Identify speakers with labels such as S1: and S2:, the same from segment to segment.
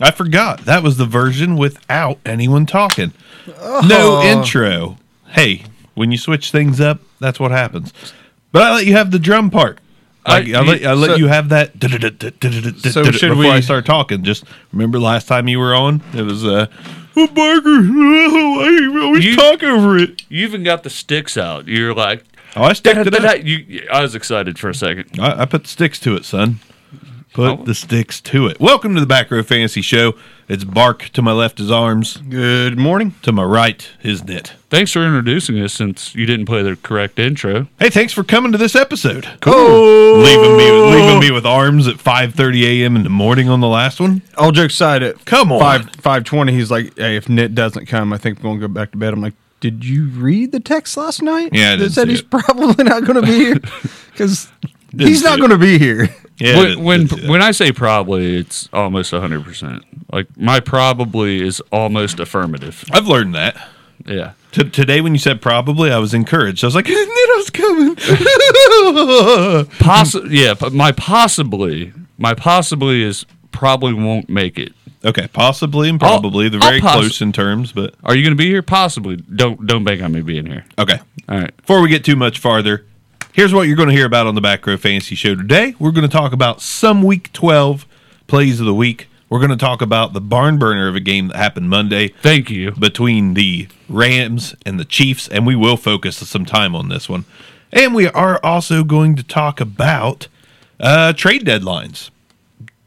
S1: I forgot. That was the version without anyone talking. No intro. Hey, when you switch things up, that's what happens. But I let you have the drum part. I,
S2: Like,
S1: I let, I let
S2: so-
S1: you have that.
S2: So should
S1: before I
S2: we-
S1: start talking, just remember last time you were on, it was uh, oh, Barker. Oh, I always
S3: You-
S1: talk over it.
S3: You even got the sticks out. You're like,
S1: Oh, I sticked it up.
S3: You, I was excited for a second.
S1: I, I put the sticks to it, son. Put the sticks to it. Welcome to the Back Row Fantasy Show. It's Bark to my left is arms,
S2: Good morning.
S1: to my right is Knit.
S3: Thanks for introducing us since you didn't play the correct intro.
S1: Hey, thanks for coming to this episode.
S2: Oh,
S1: Leaving me, leaving me with arms at 5:30 a.m. in the morning on the last one.
S2: all jokes aside, at
S1: Come on.
S2: five five twenty, he's like, "Hey, if Nit doesn't come, I think we're gonna go back to bed." I'm like, "Did you read the text last night?
S1: Yeah, I
S2: that
S1: didn't
S2: said
S1: see
S2: he's
S1: it.
S2: probably not gonna be here because he's
S1: see
S2: not
S1: it.
S2: gonna be here."
S1: Yeah,
S3: when when,
S1: that's it.
S3: when I say probably, it's almost 100%. Like, my probably is almost affirmative.
S1: I've learned that.
S3: Yeah.
S1: T- today, when you said probably, I was encouraged. I was like, Nito's coming.
S3: Possi- yeah, but my possibly, my possibly is probably won't make it.
S1: okay, possibly and probably. They're
S3: I'll
S1: very
S3: poss-
S1: close in terms, but
S3: Are you going to be here? Possibly. Don't don't bank on me being here.
S1: okay.
S3: All right.
S1: Before we get too much farther, here's what you're going to hear about on the Back Row Fantasy Show today. We're going to talk about some Week 12 plays of the week. We're going to talk about the barn burner of a game that happened Monday
S3: Thank you.
S1: between the Rams and the Chiefs, and we will focus some time on this one. And we are also going to talk about uh, trade deadlines.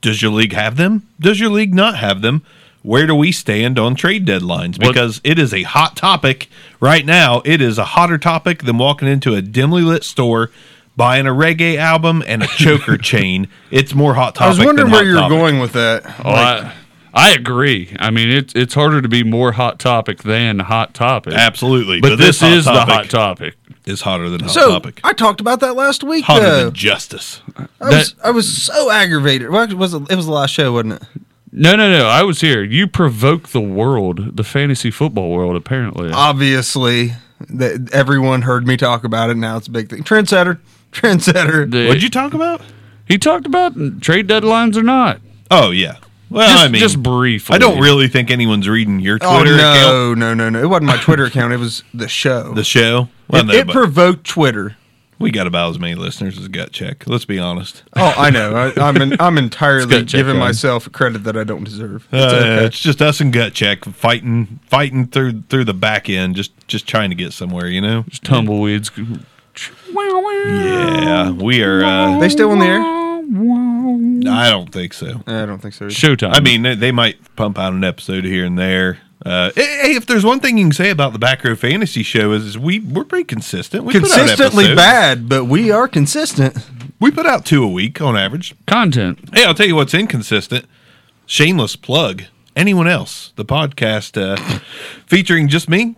S1: Does your league have them? Does your league not have them? Where do we stand on trade deadlines?
S3: What-
S1: Because it is a hot topic right now. It is a hotter topic than walking into a dimly lit store, buying a reggae album and a choker chain. It's more hot topic.
S2: I was wondering
S1: than
S2: where
S1: hot
S2: you were
S1: topic.
S2: going with that.
S3: Well, I, I agree. I mean, it's it's harder to be more hot topic than hot topic.
S1: Absolutely,
S3: But, this,
S1: hot
S3: is the
S1: topic
S3: hot topic.
S1: Is hotter than hot
S2: so
S1: topic.
S2: I talked about that last week.
S1: hotter
S2: though.
S1: than justice.
S2: I was I was so aggravated. Well, it was it was the last show, wasn't it?
S3: No, no, no. I was here. You provoke the world, the fantasy football world, apparently.
S1: Uh,
S2: Obviously, that everyone heard me talk about it. Now it's a big thing. Trendsetter, trendsetter.
S3: The-
S1: What'd you talk about?
S3: He talked about trade deadlines or not.
S1: Oh yeah. Well,
S3: Just,
S1: I mean,
S3: just briefly.
S1: I don't really think anyone's reading your
S2: Oh
S1: Twitter account,
S2: no, no, no, no! It wasn't my Twitter account. It was the show.
S1: the show. Well,
S2: it,
S1: no,
S2: it
S1: but
S2: provoked Twitter.
S1: we got about as many listeners as Gut Check. Let's be honest.
S2: Oh, I know. I, I'm en- I'm entirely
S3: gotta check
S2: giving
S3: on.
S2: myself credit that I don't deserve.
S1: Uh, It's,
S2: It's okay.
S1: just us and Gut Check fighting, fighting through through the back end, just just trying to get somewhere. You know.
S3: Just tumbleweeds.
S1: Yeah, we are. Uh,
S2: They still in the air?
S1: I don't think so.
S2: I don't think so. either.
S3: Showtime.
S1: I mean, they, they might pump out an episode here and there. Uh, hey, if there's one thing you can say about the Back Row Fantasy Show is, is we we're pretty consistent. We put out
S2: Consistently
S1: episodes.
S2: bad, but we are consistent.
S1: We put out two a week on average.
S3: content.
S1: Hey, I'll tell you what's inconsistent. Shameless plug. Anyone else? The podcast uh, featuring just me,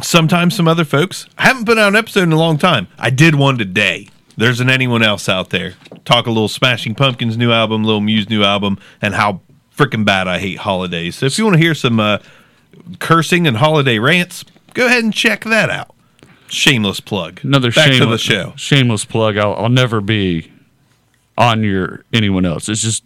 S1: sometimes some other folks. I haven't put out an episode in a long time. I did one today. There's an anyone else out there. Talk a little Smashing Pumpkins new album, Little Muse new album, and how freaking bad I hate holidays. So if you want to hear some uh, cursing and holiday rants, go ahead and check that out. Shameless plug.
S3: Another
S1: Back
S3: shameless,
S1: to the show.
S3: shameless plug. I'll, I'll never be on your anyone else. It's just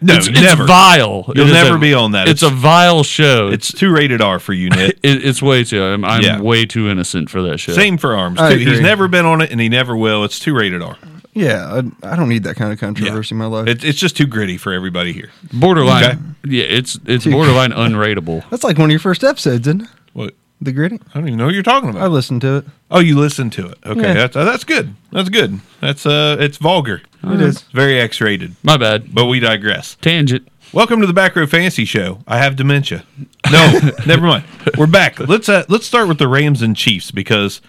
S1: No,
S3: it's, it's
S1: never.
S3: vile.
S1: You'll
S3: It is
S1: never
S3: a-
S1: be on that.
S3: It's,
S1: It's-
S3: a vile show. It's
S1: It's too rated R for you, Nick.
S3: it, it's way too. I'm, I'm
S1: Yeah.
S3: way too innocent for that show.
S1: Same for arms.
S2: I
S1: too. He's
S2: agree.
S1: never been on it, and he never will. It's too rated R.
S2: Yeah, I, I don't need that kind of controversy in my life.
S1: It, it's just too gritty for everybody here.
S3: Borderline.
S1: Okay.
S3: Yeah, it's it's borderline unrateable.
S2: That's like one of your first episodes, isn't it?
S1: What?
S2: The gritty.
S1: I don't even know what you're talking
S2: I
S1: about.
S2: listened to it.
S1: Oh, you listened to it. Okay,
S2: Yeah.
S1: that's uh, that's good. That's good. That's uh, it's vulgar.
S2: It is.
S1: It's very X-rated.
S3: My bad.
S1: But we digress.
S3: Tangent.
S1: Welcome to the Back Row Fantasy Show. I have dementia. No, never mind. We're back. Let's uh, let's start with the Rams and Chiefs because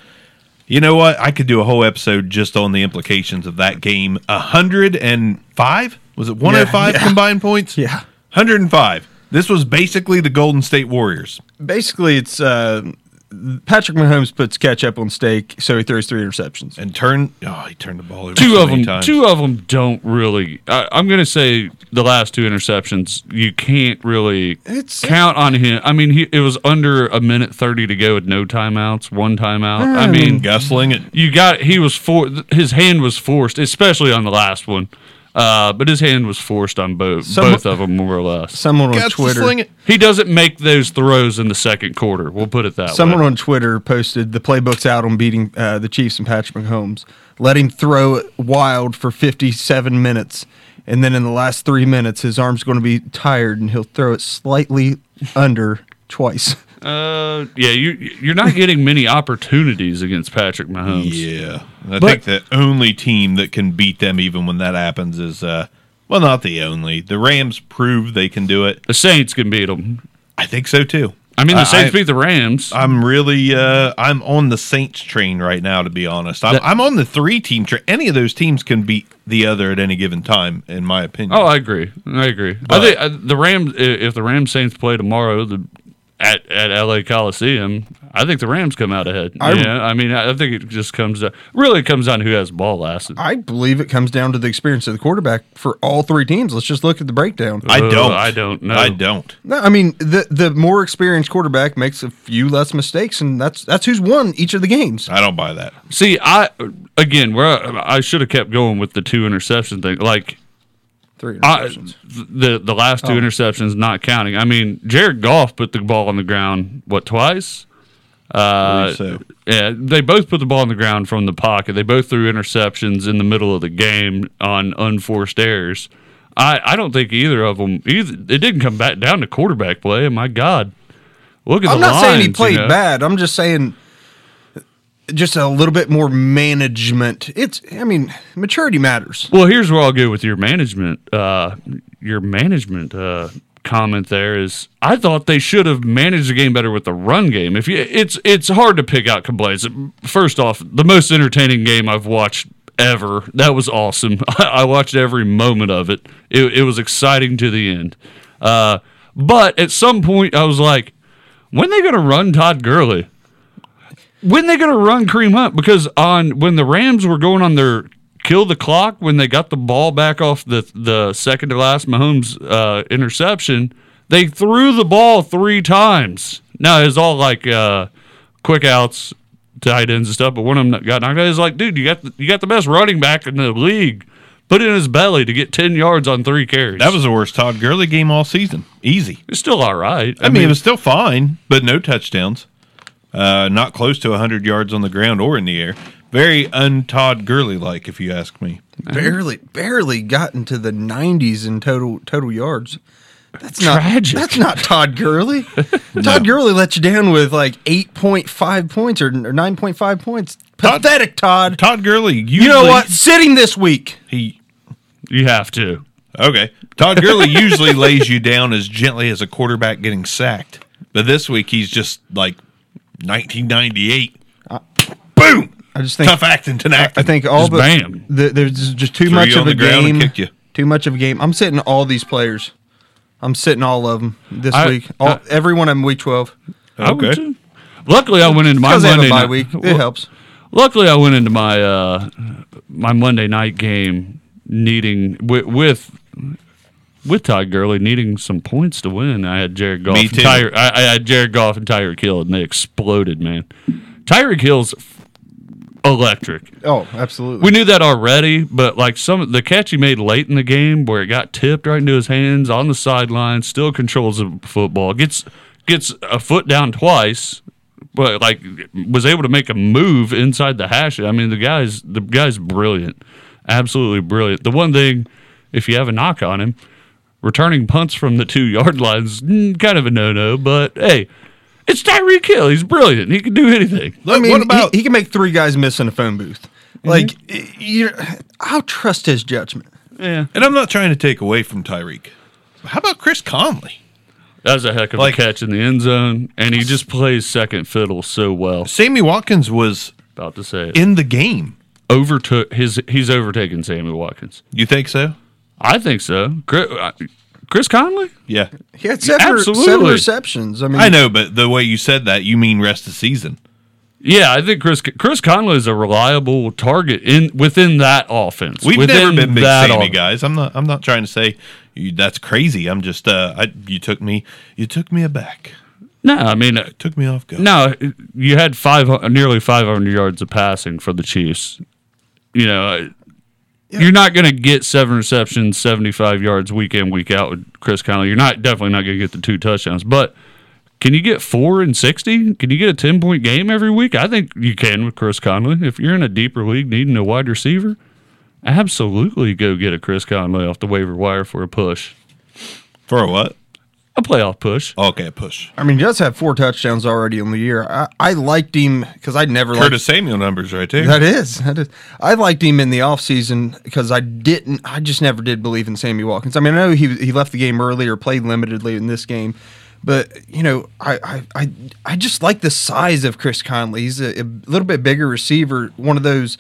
S1: you know what? I could do a whole episode just on the implications of that game. hundred and five was it? One hundred five
S2: yeah.
S1: combined points.
S2: Yeah.
S1: hundred and five. This was basically the Golden State Warriors.
S2: Basically, it's uh, Patrick Mahomes puts ketchup on steak, so he throws three interceptions.
S1: and turn. Oh, he turned the ball over
S3: Two
S1: so
S3: of
S1: many
S3: them.
S1: times.
S3: Two of them don't really. I, I'm gonna say the last two interceptions. You can't really
S2: It's-
S3: count on him. I mean, he, it was under a minute thirty to go with no timeouts, one timeout. I
S2: Mm.
S3: mean,
S1: Gusling it.
S3: you got he was for his hand was forced, especially on the last one. Uh, but his hand was forced on both
S2: Some-
S3: both of them more or less.
S2: Someone on
S1: Guts to
S2: Twitter.
S1: sling it.
S3: He doesn't make those throws in the second quarter. We'll put it that
S2: Someone
S3: way.
S2: on Twitter posted the playbooks out on beating uh, the Chiefs and Patrick Mahomes. Let him throw wild for 57 minutes, and then in the last three minutes, his arm's going to be tired, and he'll throw it slightly under twice.
S3: Uh, yeah, you you're not getting many opportunities against Patrick Mahomes.
S1: Yeah. And I
S3: But-
S1: think the only team that can beat them even when that happens is uh well not the only. The Rams prove they can do it.
S3: The Saints can beat them.
S1: I think so too.
S3: I mean,
S1: I-
S3: the Saints
S1: I-
S3: beat the Rams.
S1: I'm really uh I'm on the Saints train right now to be honest. I'm,
S3: That-
S1: I'm on the three team train. Any of those teams can beat the other at any given time in my opinion.
S3: oh, I agree. I agree. I
S1: But-
S3: think uh, the Rams. i- If the Rams Saints play tomorrow, the at at LA Coliseum, I think the Rams come out ahead.
S2: I-
S3: yeah, I mean, I I think it just comes down. Really, it comes down to who has the ball last.
S2: I believe it comes down to the experience of the quarterback for all three teams. Let's just look at the breakdown.
S1: I
S3: Ugh,
S1: don't.
S3: oh, I don't know.
S1: I don't.
S2: No, I mean the the more experienced quarterback makes a few less mistakes, and that's that's who's won each of the games.
S1: I don't buy that.
S3: See, I again, where I, I should have kept going with the two interception thing, like.
S2: Three
S3: I,
S2: interceptions. Oh.
S3: the the last two interceptions not counting. I mean, Jared Goff put the ball on the ground what twice? Uh,
S1: believe so.
S3: Yeah, they both put the ball on the ground from the pocket. They both threw interceptions in the middle of the game on unforced errors. I, I don't think either of them. Either it didn't come back down to quarterback play. My God, look at
S2: I'm
S3: the
S2: not saying he
S3: lines, you
S2: played
S3: know?
S2: bad. I'm just saying just a little bit more management. It's I mean maturity matters.
S3: Well, here's where I'll go with your management. Uh, your management uh, comment there is, I thought they should have managed the game better with the run game. If you, it's it's hard to pick out complaints. First off, the most entertaining game I've watched ever. That was awesome. I, I watched every moment of it. It, it was exciting to the end. Uh, but at some point, I was like, when they going to run Todd Gurley? when they gonna run Cream Hunt? Because on when the Rams were going on their kill the clock when they got the ball back off the the second to last Mahomes uh, interception, they threw the ball three times. Now it's all like uh, quick outs, tight ends and stuff. But one of them got knocked out. It's like, dude, you got the, you got the best running back in the league. Put it in his belly to get ten yards on three carries.
S1: That was the worst Todd Gurley game all season. Easy.
S3: it's still all right.
S1: I, mean, it was still fine, but no touchdowns. Uh, not close to 100 yards on the ground or in the air. Very un Todd Gurley like, if you ask me.
S3: Uh-huh.
S2: Barely barely got into the 90s in total total yards. That's not
S3: Tragic.
S2: that's not Todd Gurley. Todd Gurley let you down with like 8.5 points or, or 9.5 points. Pathetic Todd.
S1: Todd Gurley, usually,
S2: You know what? Sitting this week.
S1: He
S3: you have to.
S1: okay. Todd Gurley usually lays you down as gently as a quarterback getting sacked, but this week he's just like 1998. Boom!
S2: I just think
S1: Tough acting tonight.
S2: I think all
S3: Just
S2: the,
S3: bam.
S2: the there's just too
S1: Threw
S2: much
S1: you
S2: of
S1: on
S2: a
S1: the ground and
S2: game.
S1: kicked you.
S2: Too much of a game. I'm sitting all these players. I'm sitting all of them this
S3: I-
S2: week. All,
S3: I-
S2: every one of them week 12.
S3: I would
S1: Okay.
S3: too. Luckily, I went into my
S2: Because they have
S3: Monday
S2: a bye
S3: night-
S2: week. It
S3: Well,
S2: helps.
S3: Luckily, I went into my uh, my Monday night game needing with, with with Todd Gurley needing some points to win. I had Jared Goff,
S1: Me
S3: and
S1: too.
S3: Tyre, I, I had Jared Goff and Tyreek Hill, and they exploded, man. Tyreek Hill's f- electric.
S2: Oh, absolutely.
S3: We knew that already, but like some the catch he made late in the game where it got tipped right into his hands on the sideline, still controls the football, gets gets a foot down twice, but like was able to make a move inside the hash. I mean, the guy's the guy's brilliant, absolutely brilliant. The one thing, if you have a knock on him, returning punts from the two yard lines, mm, kind of a no no. But hey, it's Tyreek Hill. He's brilliant. He can do anything.
S1: Look,
S2: I mean,
S1: what about Mm-hmm.
S2: he, he can make three guys miss in a phone booth. Like, y- you're, I'll trust his judgment.
S3: Yeah,
S1: And I'm not trying to take away from Tyreek. How about Chris Conley?
S3: That was a heck of
S1: Like-
S3: a catch in the end zone, and he just plays second fiddle so well.
S1: Sammy Watkins was
S3: About to say it.
S1: in the game.
S3: overtook his. He's overtaken Sammy Watkins.
S1: You think so?
S3: I think so. Chris, uh, Chris Conley.
S1: Yeah.
S2: He had seven, seven
S3: Absolutely.
S2: receptions. I mean,
S1: I know, but the way you said that, you mean rest of season.
S3: Yeah, I think Chris Chris Conley is a reliable target in within that offense.
S1: We've
S3: within
S1: never been big Sammy
S3: off-
S1: guys. I'm not. I'm not trying to say you, that's crazy. I'm just. Uh, I, you took me. You took me aback.
S3: No, I mean uh,
S1: Took me off guard.
S3: no. You had five nearly 500 yards of passing for the Chiefs. You know, uh, You're not going to get seven receptions, 75 yards week in, week out with Chris Conley. You're not definitely not going to get the two touchdowns, but can you get four and 60? Can you get a 10 point game every week? I think you can with Chris Conley. If you're in a deeper league needing a wide receiver, absolutely go get a Chris Conley off the waiver wire for a push,
S1: For what?
S3: a playoff push.
S1: Okay, push.
S2: I mean, he does have four touchdowns already on the year. I, I liked him because I never liked
S1: Curtis Samuel numbers right there.
S2: That is. That is. I liked him in the offseason because I didn't I just never did believe in Sammy Watkins. I mean, I know he he left the game early or played limitedly in this game, but you know, I I I, I just like the size of Chris Conley. He's a, a little bit bigger receiver, one of those,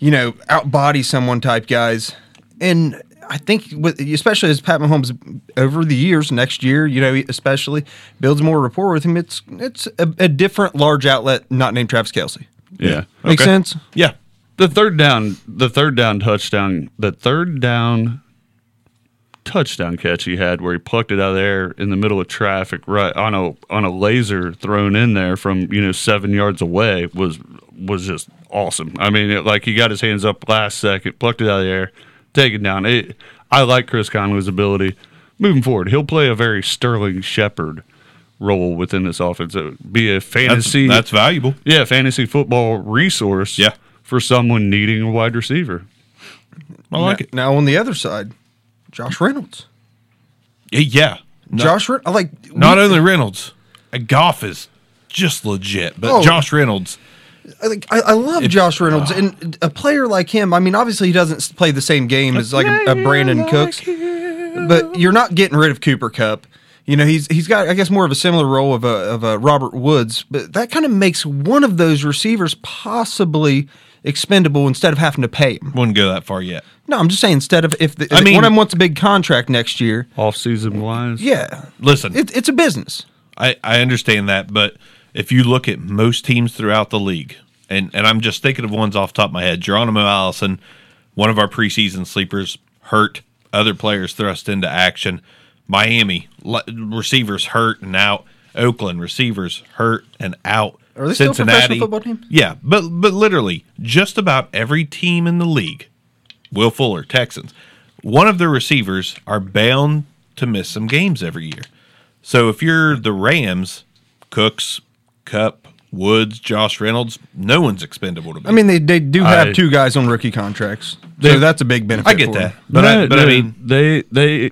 S2: you know, outbody someone type guys. And I think, with, especially as Pat Mahomes over the years, next year, you know, especially builds more rapport with him. It's it's a, a different large outlet, not named Travis Kelsey.
S3: Yeah.
S2: Makes
S1: Okay.
S2: sense.
S1: yeah.
S3: the third down the third down touchdown the third down touchdown catch he had where he plucked it out of the air in the middle of traffic right on a on a laser thrown in there from you know seven yards away was was just awesome i mean it, like he got his hands up last second plucked it out of the air taken down it, i like chris conley's ability moving forward he'll play a very sterling shepherd role within this offense It would be a
S1: That's,
S3: fantasy
S1: that's valuable.
S3: yeah, fantasy football resource.
S1: Yeah.
S3: For someone needing a wide receiver.
S1: I like it.
S2: Now on the other side, Josh Reynolds.
S1: Yeah, Yeah. No-
S2: Josh Reynolds, I like
S1: not only Reynolds, uh, Goff is just legit, but
S2: Oh.
S1: Josh Reynolds.
S2: I, like, I, I love Josh
S1: Ah.
S2: Reynolds and a player like him. I mean, obviously he doesn't s- play the same game as like a, a Brandon Cooks, but you're not getting rid of Cooper Cup. You know, he's he's got I guess more of a similar role of a of a Robert Woods, but that kind of makes one of those receivers possibly expendable instead of having to pay him.
S1: Wouldn't go that far yet.
S2: No, I'm just saying instead of if, the, if
S1: I mean-
S2: one of them wants a big contract next year,
S3: Off season wise.
S2: yeah,
S1: Listen,
S2: it, it's a business.
S1: I, I understand that, but if you look at most teams throughout the league, and, and I'm just thinking of ones off the top of my head, Geronimo Allison, one of our preseason sleepers, hurt, other players thrust into action. Miami, le- receivers hurt and out. Oakland, receivers hurt and out.
S2: Are they still a professional football team?
S1: Yeah, but but literally, just about every team in the league, Will Fuller, Texans, one of their receivers are bound to miss some games every year. So if you're the Rams, Cooks, Cup, Woods, Josh Reynolds, no one's expendable to me.
S2: I mean, they, they do have
S3: I-
S2: two guys on rookie contracts,
S3: They-
S2: so that's a big benefit.
S1: I get
S2: for 'em.
S1: that, but I, but I mean,
S3: they they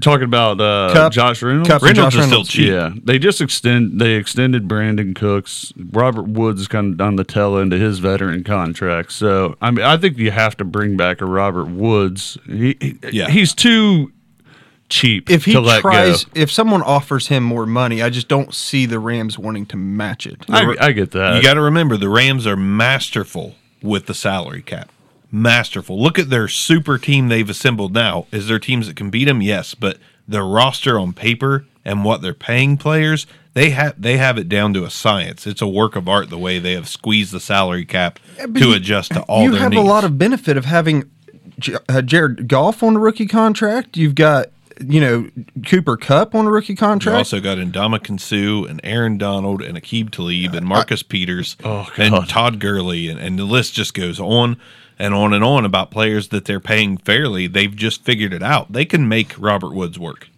S3: talking about uh,
S2: Cup-
S3: Josh Reynolds.
S2: Cup-
S1: Reynolds
S2: Josh
S1: is still
S2: Reynolds.
S1: cheap.
S3: Yeah, they just extend. They extended Brandon Cooks. Robert Woods is kind of on the tail end of his veteran contract. So I mean, I think you have to bring back a Robert Woods. He, he-
S1: Yeah.
S3: he's too cheap.
S2: If he
S3: to let
S2: tries,
S3: go.
S2: if someone offers him more money, I just don't see the Rams wanting to match it.
S3: I, I get that.
S1: You got to remember the Rams are masterful with the salary cap. Masterful. Look at their super team they've assembled now. Is there teams that can beat them? Yes, but their roster on paper and what they're paying players, they have they have it down to a science. It's a work of art the way they have squeezed the salary cap
S2: but
S1: to
S2: you-
S1: adjust to all
S2: you
S1: their
S2: have
S1: needs.
S2: a lot of benefit of having J- uh, Jared Goff on a rookie contract. You've got you know Cooper Cup on a rookie
S1: you
S2: contract.
S1: also got Ndamukong Sue and Aaron Donald and Akib Talib
S2: Uh,
S1: and Marcus Peters
S3: Oh,
S1: and
S3: God.
S1: Todd Gurley and, and the list just goes on and on and on about players that they're paying fairly. They've just figured it out. They can make Robert Woods work.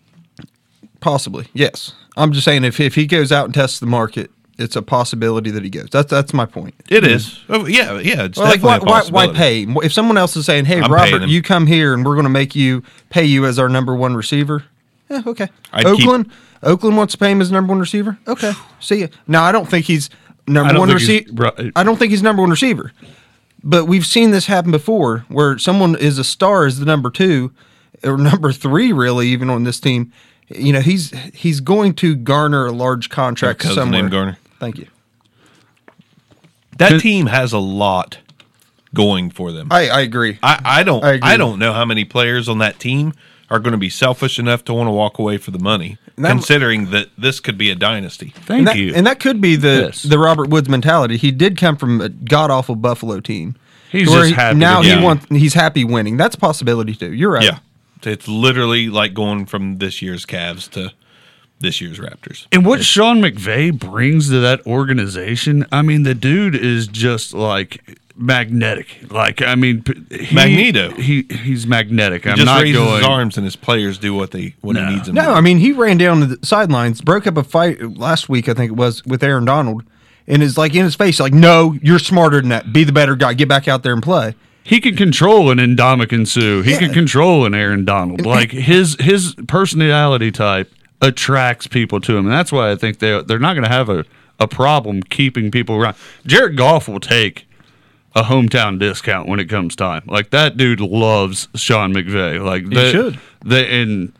S2: Possibly, yes. I'm just saying if if he goes out and tests the market, it's a possibility that he goes. That's that's my point.
S1: It is, Oh, yeah, yeah. It's
S2: Well,
S1: definitely
S2: like why,
S1: a
S2: why, why
S1: possibility.
S2: pay? him? If someone else is saying, "Hey,
S1: I'm paying
S2: Robert,
S1: him.
S2: you come here and we're going to make you pay you as our number one receiver," eh, okay.
S1: I'd keep-
S2: Oakland, Oakland wants to pay him as number one receiver. Okay, see ya. Now, I don't think he's
S3: I
S2: number
S3: don't
S2: one
S3: think he's-
S2: receiver.
S1: uh,
S3: Ro-
S2: I don't think he's number one receiver, but we've seen this happen before, where someone is a star as the number two or number three, really, even on this team. You know, he's he's going to garner a large contract
S1: Cousin named
S2: somewhere.
S1: Garner.
S2: Thank you.
S1: That team has a lot going for them.
S2: I, I agree.
S1: I, I don't
S2: I
S1: I,
S2: agree.
S1: don't know how many players on that team are going to be selfish enough to want to walk away for the money,
S2: And that-
S1: considering that this could be a dynasty.
S3: Thank
S2: and that,
S3: you.
S2: and that could be the
S3: Yes.
S2: the Robert Woods mentality. He did come from a god awful Buffalo team.
S3: He's
S2: To where
S3: just
S2: he-
S3: happy to
S2: now
S3: be
S2: he
S1: winning.
S2: wants he's happy winning. That's a possibility too. You're right.
S1: Yeah. It's literally like going from this year's Cavs to this year's Raptors.
S3: And what Sean McVay brings to that organization, I mean, the dude is just like magnetic. Like I mean, p- he,
S1: Magneto.
S3: He he's magnetic. I'm
S1: just
S3: not
S1: raises
S3: going.
S1: his arms and his players do what they what
S3: No.
S1: he needs them to
S2: No, I mean he ran down to the sidelines, broke up a fight last week, I think it was, with Aaron Donald, and is like in his face, like, "No, you're smarter than that. Be the better guy. Get back out there and play."
S3: He can control an Indomitian Sue. He can control an Aaron Donald. Like his his personality type attracts people to him, and that's why I think they they're not going to have a a problem keeping people around. Jared Goff will take a hometown discount when it comes time. Like that dude loves Sean McVay. Like he
S2: should.
S3: They, and
S1: do.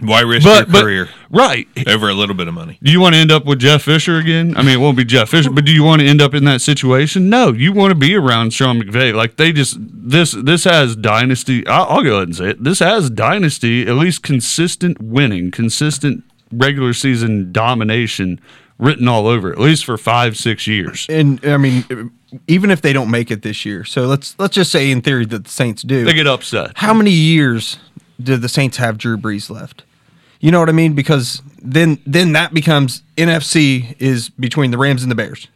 S1: Why risk
S3: but,
S1: your
S3: but
S1: career
S3: right.
S1: over a little bit of money?
S3: Do you want to end up with Jeff Fisher again? I mean, it won't be Jeff Fisher, but do you want to end up in that situation? No, you want to be around Sean McVay. Like they just this this has dynasty. I'll, I'll go ahead and say it. This has dynasty, at least consistent winning, consistent regular season domination written all over it, at least for five six years.
S2: And I mean, even if they don't make it this year, so let's let's just say in theory that the Saints do.
S3: They get upset.
S2: How many years do the Saints have Drew Brees left? You know what I mean? Because then then that becomes NFC is between the Rams and the Bears.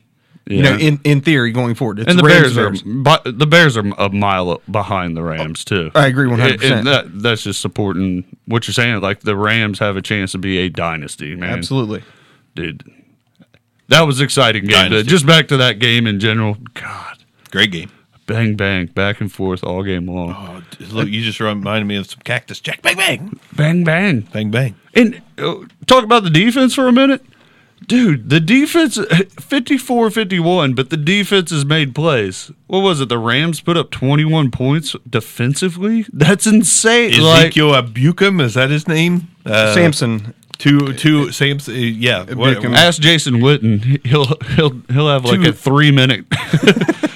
S2: You know,
S3: Yeah.
S2: in, in theory going forward, it's
S3: And the
S2: Rams
S3: Bears, are but the Bears are a mile up behind the Rams too.
S2: I agree 100%.
S3: And that, that's just supporting what you're saying. Like the Rams have a chance to be a dynasty, man.
S2: absolutely.
S3: dude. That was exciting game.
S1: Dynasty.
S3: Just back to that game in general. God,
S1: Great game.
S3: bang bang, back and forth all game long.
S1: Oh, d- look, you just reminded me of some cactus. Jack, bang, bang,
S3: Bang bang.
S1: bang, bang.
S3: And uh, talk about the defense for a minute. Dude, the defense 54 51, but the defense has made plays. What was it? The Rams put up 21 points defensively? That's insane. Like,
S1: Ezekiel Abukum, is that his name? Uh,
S2: Samson,
S1: Two, two, Samson. uh, Yeah, what-
S2: Abukum.
S3: ask Jason Witten. He'll he'll he'll have like
S1: Two-
S3: a 3 minute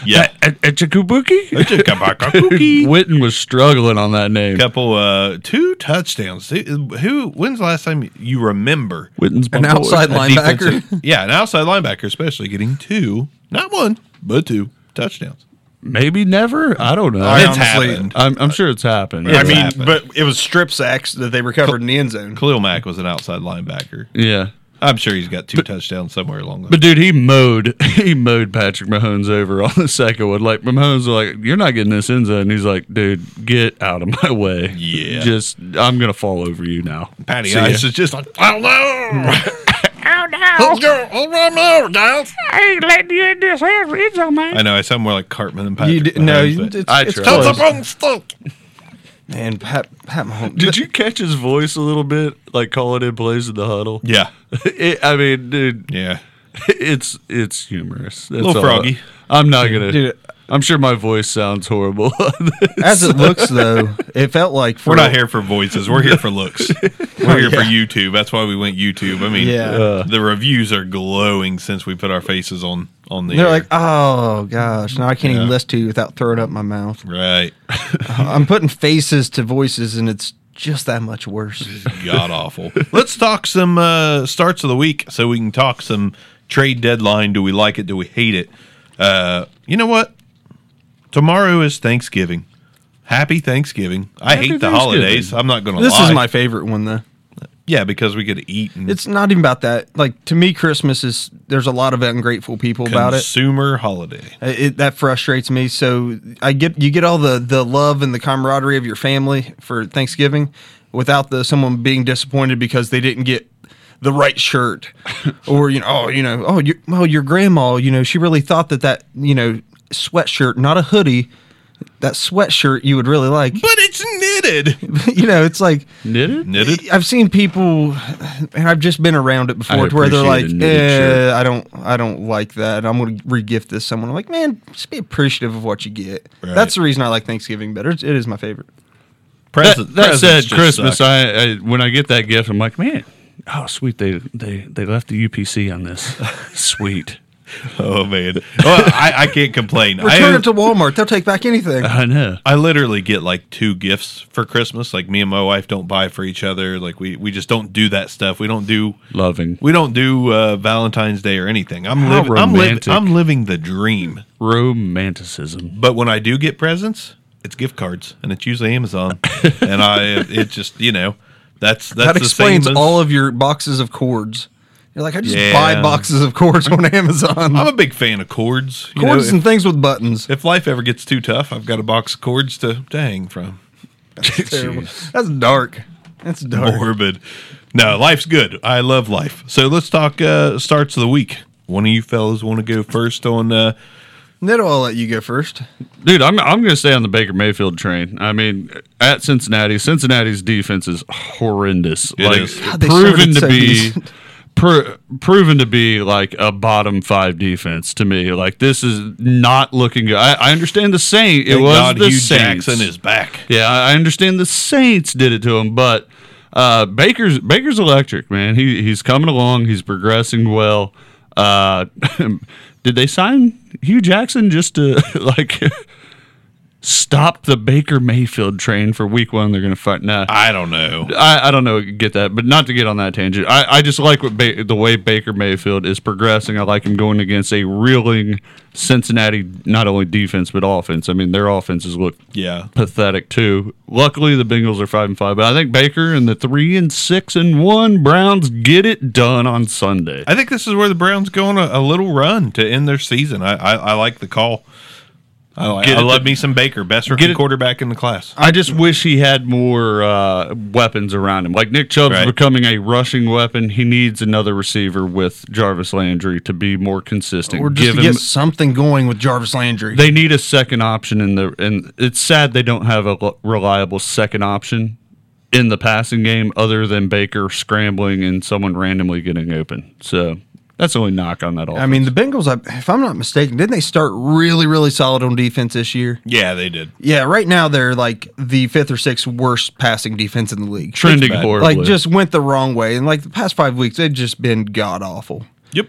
S1: yeah.
S3: at, at Chikubuki? Witten was struggling on that name.
S1: Couple, uh, two touchdowns. Who- Who? When's the last time you remember?
S3: Witten's my
S2: an
S3: boy.
S2: outside
S1: a
S2: linebacker.
S1: defensive- yeah, an outside linebacker, especially getting two, not one, but two touchdowns.
S3: Maybe never. I don't know.
S2: I
S1: It's
S2: honestly-
S1: happened.
S3: I'm, I'm sure it's happened.
S2: I
S1: It's
S2: mean,
S1: happened.
S2: but it was strip sacks that they recovered in the end zone.
S1: Khalil Mack was an outside linebacker.
S3: yeah.
S1: I'm sure he's got two touchdowns somewhere along the
S3: But dude, he mowed he mowed Patrick Mahomes over on the second one. Like Mahomes was like, "You're not getting this end zone." And he's like, "Dude, get out of my way."
S1: Yeah.
S3: Just I'm gonna fall over you now.
S1: Patty
S3: See ya.
S1: Ice is just like, I don't know.
S4: Oh no! I ain't letting you in this house. It's on my.
S1: I know, I sound more like Cartman and Patrick.
S2: You d- no,
S1: Mahomes,
S2: you-
S1: but-
S2: it's,
S3: I
S2: it's
S3: tried.
S2: close.
S3: Thumbs
S2: Man, Pat, Pat Mahomes.
S3: Did you catch his voice a little bit, like calling in plays in the huddle?
S1: yeah,
S3: It- I mean, dude,
S1: yeah.
S3: it's it's humorous. That's
S1: Little
S3: all.
S1: froggy.
S3: I'm not gonna.
S2: Dude.
S3: I'm sure my voice sounds horrible.
S2: As it looks though, it felt like for,
S1: We're not here for voices. We're here for looks. We're here for YouTube. That's why we went YouTube. I mean,
S2: Yeah. Uh.
S1: the reviews are glowing since we put our faces on on the.
S2: They're
S1: air.
S2: like, oh gosh, now I can't even listen to you without throwing up my mouth.
S1: right,
S2: I'm putting faces to voices, and it's just that much worse.
S1: god awful. Let's talk some uh, starts of the week so we can talk some trade deadline. Do we like it? Do we hate it? Uh, you know what? Tomorrow is Thanksgiving. Happy Thanksgiving. I
S3: Happy
S1: hate the
S3: Thanksgiving.
S1: holidays. I'm not going to
S2: This
S1: lie.
S2: is my favorite one though.
S1: yeah, because we could eat and
S2: It's not even about that. Like to me, Christmas is there's a lot of ungrateful people about it.
S1: consumer holiday.
S2: It, that frustrates me. So I get you get all the the love and the camaraderie of your family for Thanksgiving, without the someone being disappointed because they didn't get the right shirt, or you know, oh you know, oh you, well your grandma, you know, she really thought that that you know sweatshirt, not a hoodie, that sweatshirt you would really like.
S1: But it's knitted.
S2: you know, it's like
S3: Knitted.
S1: knitted.
S2: I've seen people, and I've just been around it before,
S3: I
S2: to where they're
S3: appreciate
S2: like,
S3: a knitted shirt.
S2: eh, "I don't, I don't like that. I'm going to regift this someone." I'm like, "Man, just be appreciative of what you get."
S1: Right.
S2: That's the reason I like Thanksgiving better. It is my favorite.
S1: Present-
S3: that, that
S1: presents
S3: said,
S1: just
S3: Christmas.
S2: uh,
S1: suck.
S3: I, I when I get that gift, I'm like, man, oh sweet, they they they left the UPC on this. sweet,
S1: oh man, well, I, I can't complain.
S2: Return
S1: I, Uh,
S2: it to Walmart; they'll take back anything.
S3: I know.
S1: I literally get like two gifts for Christmas. Like me and my wife don't buy for each other. Like we we just don't do that stuff. We don't do
S3: Loving,
S1: we don't do uh, Valentine's Day or anything. I'm
S3: How
S1: living I'm, liv-
S3: romantic.
S1: I'm living the dream.
S3: romanticism.
S1: But when I do get presents, it's gift cards and it's usually Amazon. and I it just you know that's that's
S2: that
S1: the same
S2: explains
S1: as-
S2: all of your boxes of cords. You're like, I just
S1: Yeah.
S2: buy boxes of cords on Amazon.
S1: I'm a big fan of cords. You know,
S2: cords
S1: if-
S2: and things with buttons.
S1: if life ever gets too tough, I've got a box of cords to, to hang from.
S2: Terrible. That's dark. That's dark.
S1: Morbid. No, life's good. I love life. So let's talk uh, starts of the week. One of you fellas want to go first on? Uh,
S2: Nitto, I'll let you go first.
S3: Dude, I'm I'm going to stay on the Baker Mayfield train. I mean, at Cincinnati, Cincinnati's defense is horrendous.
S1: It
S3: like
S1: is.
S2: God, they
S3: proven
S2: started
S3: to
S2: so
S3: be
S2: decent.
S3: per, proven to be like a bottom 5 defense to me. Like this is not looking good. I, I understand the Saint it
S1: thank
S3: was
S1: God
S3: the
S1: Hugh
S3: Saints.
S1: Jackson is back.
S3: Yeah, I I understand the Saints did it to him, but uh, Baker's Baker's electric, man. He he's coming along. He's progressing well. Uh, did they sign Hugh Jackson just to like stop the Baker Mayfield train for Week One? They're going to fight. Nah,
S1: I don't know.
S3: I, I don't know. Get that, but not to get on that tangent. I, I just like what ba- the way Baker Mayfield is progressing. I like him going against a reeling Cincinnati, not only defense but offense. I mean, their offenses look
S1: Yeah,
S3: pathetic too. Luckily, the Bengals are five and five, but I think Baker and the three and six and one Browns get it done on Sunday.
S1: I think this is where the Browns go on a, a little run to end their season. I I, I like the call. Oh, I, like,
S3: Get
S1: I
S3: it
S1: love
S3: to-
S1: me some Baker, best
S3: Get
S1: rookie
S3: it-
S1: quarterback in the class.
S3: I just wish he had more uh, weapons around him. Like Nick Chubb's
S1: Right.
S3: becoming a rushing weapon, he needs another receiver with Jarvis Landry to be more consistent.
S2: Or just
S3: Give
S2: to
S3: him-
S2: get something going with Jarvis Landry.
S3: they need a second option in the, and it's sad they don't have a l- reliable second option in the passing game other than Baker scrambling and someone randomly getting open. So that's the only knock on that. Offense.
S2: I mean, the Bengals, I- if I'm not mistaken, didn't they start really, really solid on defense this year?
S1: Yeah, they did.
S2: Yeah, right now they're like the fifth or sixth worst passing defense in the league.
S3: trending
S1: bad.
S3: horribly.
S2: Like, just went the wrong way. And like the past five weeks, they've just been god awful.
S1: Yep.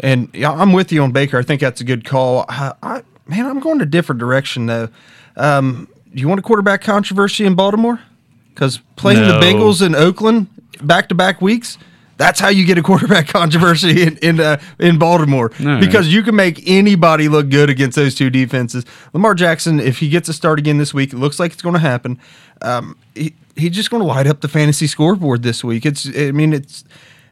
S2: And yeah, I'm with you on Baker. I think that's a good call. I, I, man, I'm going a different direction though. Um, do you want a quarterback controversy in Baltimore? Because playing
S3: No.
S2: the Bengals in Oakland back to back weeks, that's how you get a quarterback controversy in in, uh, in Baltimore
S3: right.
S2: because you can make anybody look good against those two defenses. Lamar Jackson, if he gets a start again this week, it looks like it's going to happen. Um, he, he's just going to light up the fantasy scoreboard this week. It's I mean it's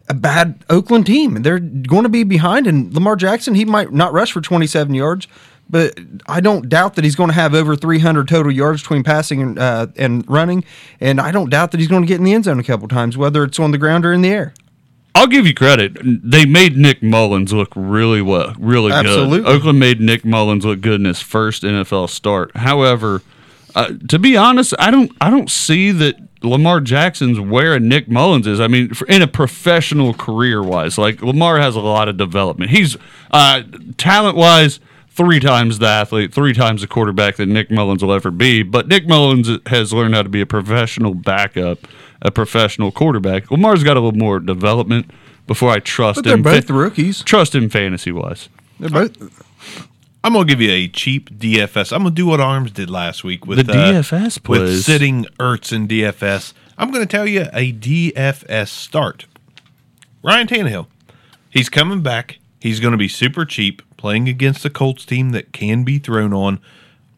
S2: a bad Oakland team. They're going to be behind, and Lamar Jackson he might not rush for 27 yards, but I don't doubt that he's going to have over 300 total yards between passing and uh, and running, and I don't doubt that he's going to get in the end zone a couple times, whether it's on the ground or in the air.
S3: I'll give you credit. They made Nick Mullins look really well, really good.
S2: Absolutely.
S3: Oakland made Nick Mullins look good in his first NFL start. However, uh, to be honest, I don't I don't see that Lamar Jackson's where a Nick Mullins is. I mean, for, in a professional career wise, like Lamar has a lot of development. He's uh, talent wise. Three times the athlete, three times the quarterback that Nick Mullins will ever be. But Nick Mullins has learned how to be a professional backup, a professional quarterback. Lamar's got a little more development before I trust
S2: But they're
S3: him.
S2: both
S3: Fa-
S2: rookies.
S3: trust him fantasy wise.
S2: They're both.
S1: I'm gonna give you a cheap DFS. I'm gonna do what Arms did last week with uh,
S3: The DFS
S1: with
S3: plays.
S1: sitting Ertz in DFS. I'm gonna tell you a DFS start. Ryan Tannehill, he's coming back. He's gonna be super cheap playing against a Colts team that can be thrown on.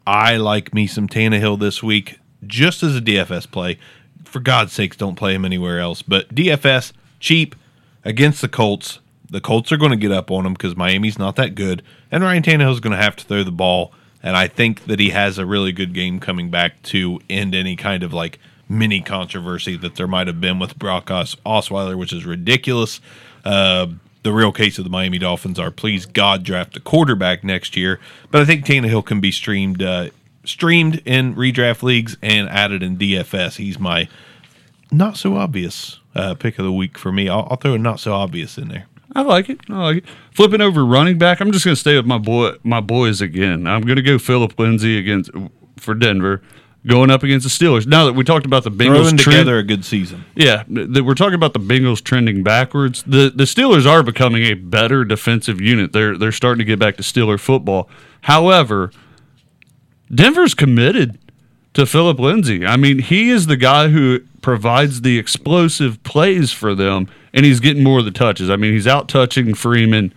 S1: I like me some Tannehill this week, just as a DFS play. For God's sakes, don't play him anywhere else. But DFS cheap against the Colts. The Colts are going to get up on him because Miami's not that good, and Ryan Tannehill's going to have to throw the ball. And I think that he has a really good game coming back to end any kind of like mini controversy that there might have been with Brock Os- Osweiler, which is ridiculous. Uh, the real case of the Miami Dolphins are please God draft a quarterback next year. But I think Tannehill can be streamed uh, streamed in redraft leagues and added in DFS. He's my not so obvious uh, pick of the week for me. I'll, I'll throw a not so obvious in there.
S3: I like it. I like it. Flipping over running back, I'm just going to stay with my boy, my boys again. I'm going to go Philip Lindsay against for Denver, going up against the Steelers. Now that we talked about the Bengals
S1: Throwing
S3: trend-
S1: together a good season.
S3: yeah, th- that we're talking about the Bengals trending backwards. The the Steelers are becoming a better defensive unit. They're they're starting to get back to Steeler football. However, Denver's committed to Philip Lindsay. I mean, he is the guy who provides the explosive plays for them, and he's getting more of the touches. I mean, he's out touching Freeman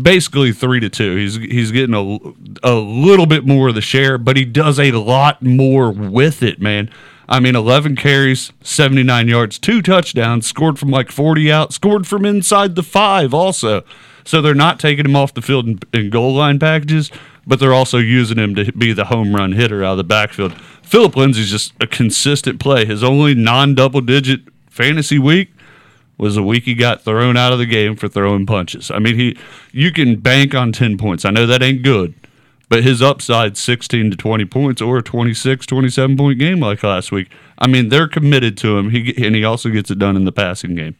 S3: basically three to two. He's he's getting a, a little bit more of the share, but he does a lot more with it, man. I mean, 11 carries, 79 yards, two touchdowns, scored from like 40 out, scored from inside the five also. So they're not taking him off the field in, in goal line packages, but they're also using him to be the home run hitter out of the backfield. Philip Lindsay's just a consistent play. His only non double digit fantasy week was the week he got thrown out of the game for throwing punches. I mean, he you can bank on 10 points. I know that ain't good, but his upside 16 to 20 points or a 26, 27 point game like last week. I mean, they're committed to him. He and he also gets it done in the passing game.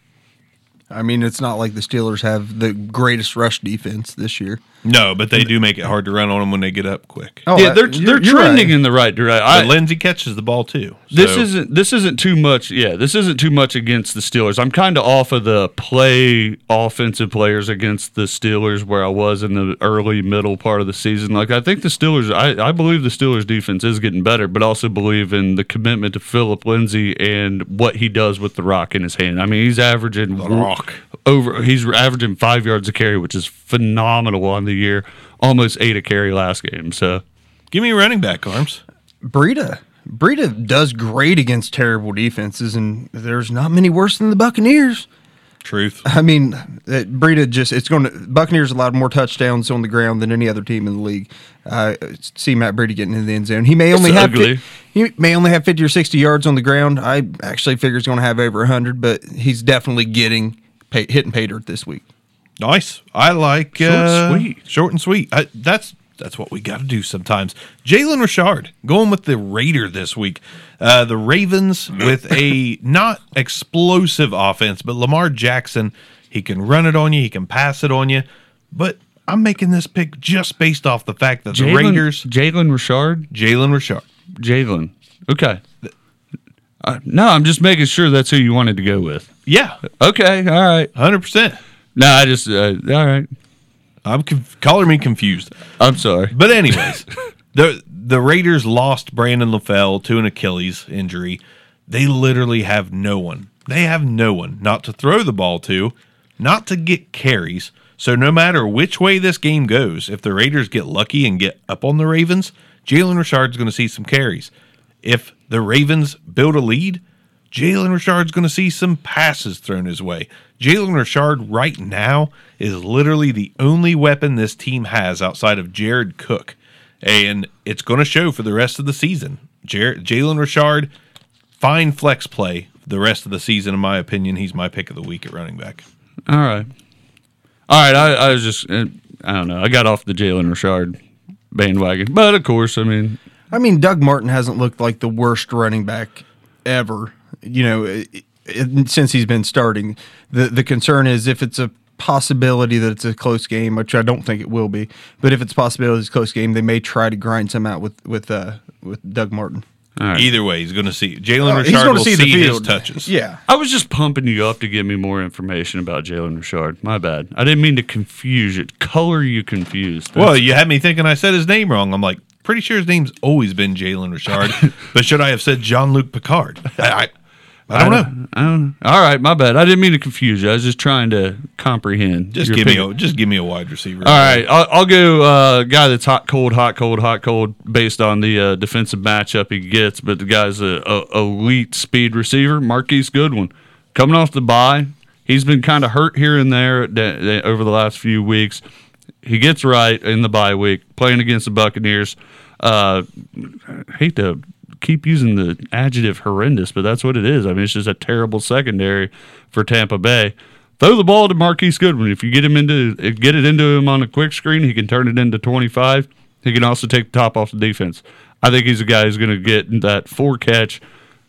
S2: I mean, it's not like the Steelers have the greatest rush defense this year.
S1: No, but they do make it hard to run on them when they get up quick.
S2: Oh,
S3: yeah,
S2: that-
S3: they're
S2: you're-
S3: they're
S2: you're right.
S3: trending in the right direction.
S1: But
S3: I-
S1: Lindsey catches the ball too.
S3: This
S1: so-
S3: isn't this isn't too much. Yeah, this isn't too much against the Steelers. I'm kind of off of the play offensive players against the Steelers where I was in the early middle part of the season. Like I think the Steelers, I, I believe the Steelers defense is getting better, but also believe in the commitment to Philip Lindsay and what he does with the rock in his hand. I mean, he's averaging
S1: The rock.
S3: over. He's averaging five yards a carry, which is phenomenal on the year. Almost eight a carry last game. So
S1: Give me running back arms.
S2: Breida. Breida does great against terrible defenses, and there's not many worse than the Buccaneers.
S1: Truth.
S2: I mean, that Breida just it's going to Buccaneers allowed more touchdowns on the ground than any other team in the league. I uh, see Matt Breida getting into the end zone. He may only have
S3: ugly.
S2: fi- he may only have fifty or sixty yards on the ground. I actually figure he's going to have over hundred, but he's definitely getting pay, hitting pay dirt this week.
S1: Nice. I like short
S3: and
S1: uh,
S3: sweet.
S1: Short and sweet. I, that's that's what we got to do sometimes. Jalen Richard going with the Raider this week. Uh, the Ravens
S3: Mm.
S1: with a not explosive offense, but Lamar Jackson. He can run it on you. He can pass it on you. But I'm making this pick just based off the fact that the Raiders.
S3: Jalen Richard.
S1: Jalen Richard.
S3: Jalen. Okay. Uh, no, I'm just making sure that's who you wanted to go with.
S1: Yeah,
S3: Okay. All right.
S1: hundred percent.
S3: No, I just. Uh, all right.
S1: I'm conf- calling me confused.
S3: I'm sorry.
S1: But anyways, the the Raiders lost Brandon LaFell to an Achilles injury. They literally have no one. They have no one not to throw the ball to, not to get carries. So no matter which way this game goes, if the Raiders get lucky and get up on the Ravens, Jalen Richard's going to see some carries. If the Ravens build a lead, Jalen Richard's going to see some passes thrown his way. Jalen Richard right now is literally the only weapon this team has outside of Jared Cook, and it's going to show for the rest of the season. Jar- Jalen Richard, fine flex play the rest of the season, in my opinion. He's my pick of the week at running back.
S3: All right. All right. I, I was just. Uh, I don't know. I got off the Jalen Richard bandwagon, but of course, I mean,
S2: I mean, Doug Martin hasn't looked like the worst running back ever. You know, i- i- since he's been starting, the the concern is if it's a possibility that it's a close game, which I don't think it will be. But if it's a possibility it's a close game, they may try to grind some out with with uh, with Doug Martin.
S3: all right.
S1: Either way, he's going to see Jalen
S2: Uh,
S1: Richard
S2: gonna
S1: will see,
S2: the
S1: his
S2: field.
S1: touches.
S2: Yeah,
S3: I was just pumping you up to give me more information about Jalen Richard. My bad. I didn't mean to confuse you. Color you confused.
S1: Well, you had me thinking I said his name wrong. I'm like, pretty sure his name's always been Jalen Richard, but should I have said Jean Luc Picard? I, I, I don't know.
S3: I don't, all right, my bad. I didn't mean to confuse you. I was just trying to comprehend.
S1: Just
S3: your
S1: give
S3: opinion.
S1: me a just give me a wide receiver.
S3: All right, I'll, I'll go uh, guy that's hot, cold, hot, cold, hot, cold, based on the uh, defensive matchup he gets. But the guy's a, a elite speed receiver, Marquise Goodwin, coming off the bye. He's been kind of hurt here and there da- da- over the last few weeks. He gets right in the bye week, playing against the Buccaneers. Uh, I hate to keep using the adjective horrendous, but that's what it is. I mean, it's just a terrible secondary for Tampa Bay. Throw the ball to Marquise Goodwin. If you get him into get it into him on a quick screen, he can turn it into 25. He can also take the top off the defense. I think he's a guy who's going to get that four catch,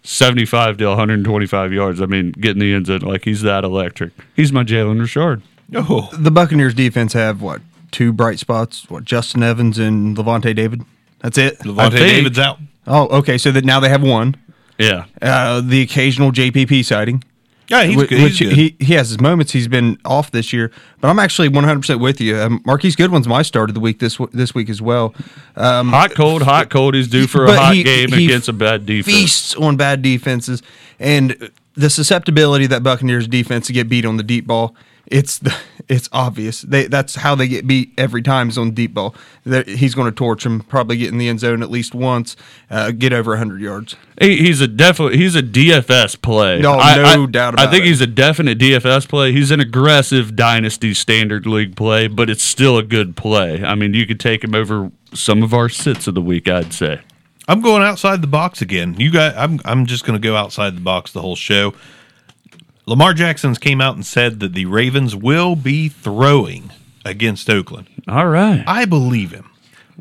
S3: 75 to 125 yards. I mean, get in the end zone like he's that electric. He's my Jalen Richard.
S1: Oh,
S2: the Buccaneers defense have what two bright spots? What Justin Evans and Levante David? That's it.
S1: Levante
S3: think-
S1: David's out.
S2: Oh, okay. So that now they have one.
S3: Yeah,
S2: Uh, the occasional JPP sighting.
S1: Yeah, he's
S2: Wh-
S1: good. He's
S2: which
S1: good.
S2: He, he has his moments. He's been off this year, but I'm actually 100% with you. Um, Marquise Goodwin's my start of the week this w- this week as well. Um,
S3: hot cold, hot cold. He's due for a
S2: But
S3: hot
S2: he-
S3: game
S2: he
S3: against a bad defense.
S2: feasts on bad defenses and the susceptibility that Buccaneers defense to get beat on the deep ball It's the it's obvious. They that's how they get beat every time is on deep ball. They're- he's going to torch him, probably get in the end zone at least once, uh, get over hundred yards.
S3: He, he's a definite. He's a DFS play.
S2: No,
S3: I,
S2: no
S3: I-
S2: doubt
S3: I
S2: about
S3: think
S2: it.
S3: he's a definite DFS play. He's an aggressive dynasty standard league play, but it's still a good play. I mean, you could take him over some of our sits of the week. I'd say.
S1: I'm going outside the box again. You got I'm I'm just going to go outside the box the whole show. Lamar Jackson's came out and said that the Ravens will be throwing against Oakland.
S3: All right.
S1: I believe him.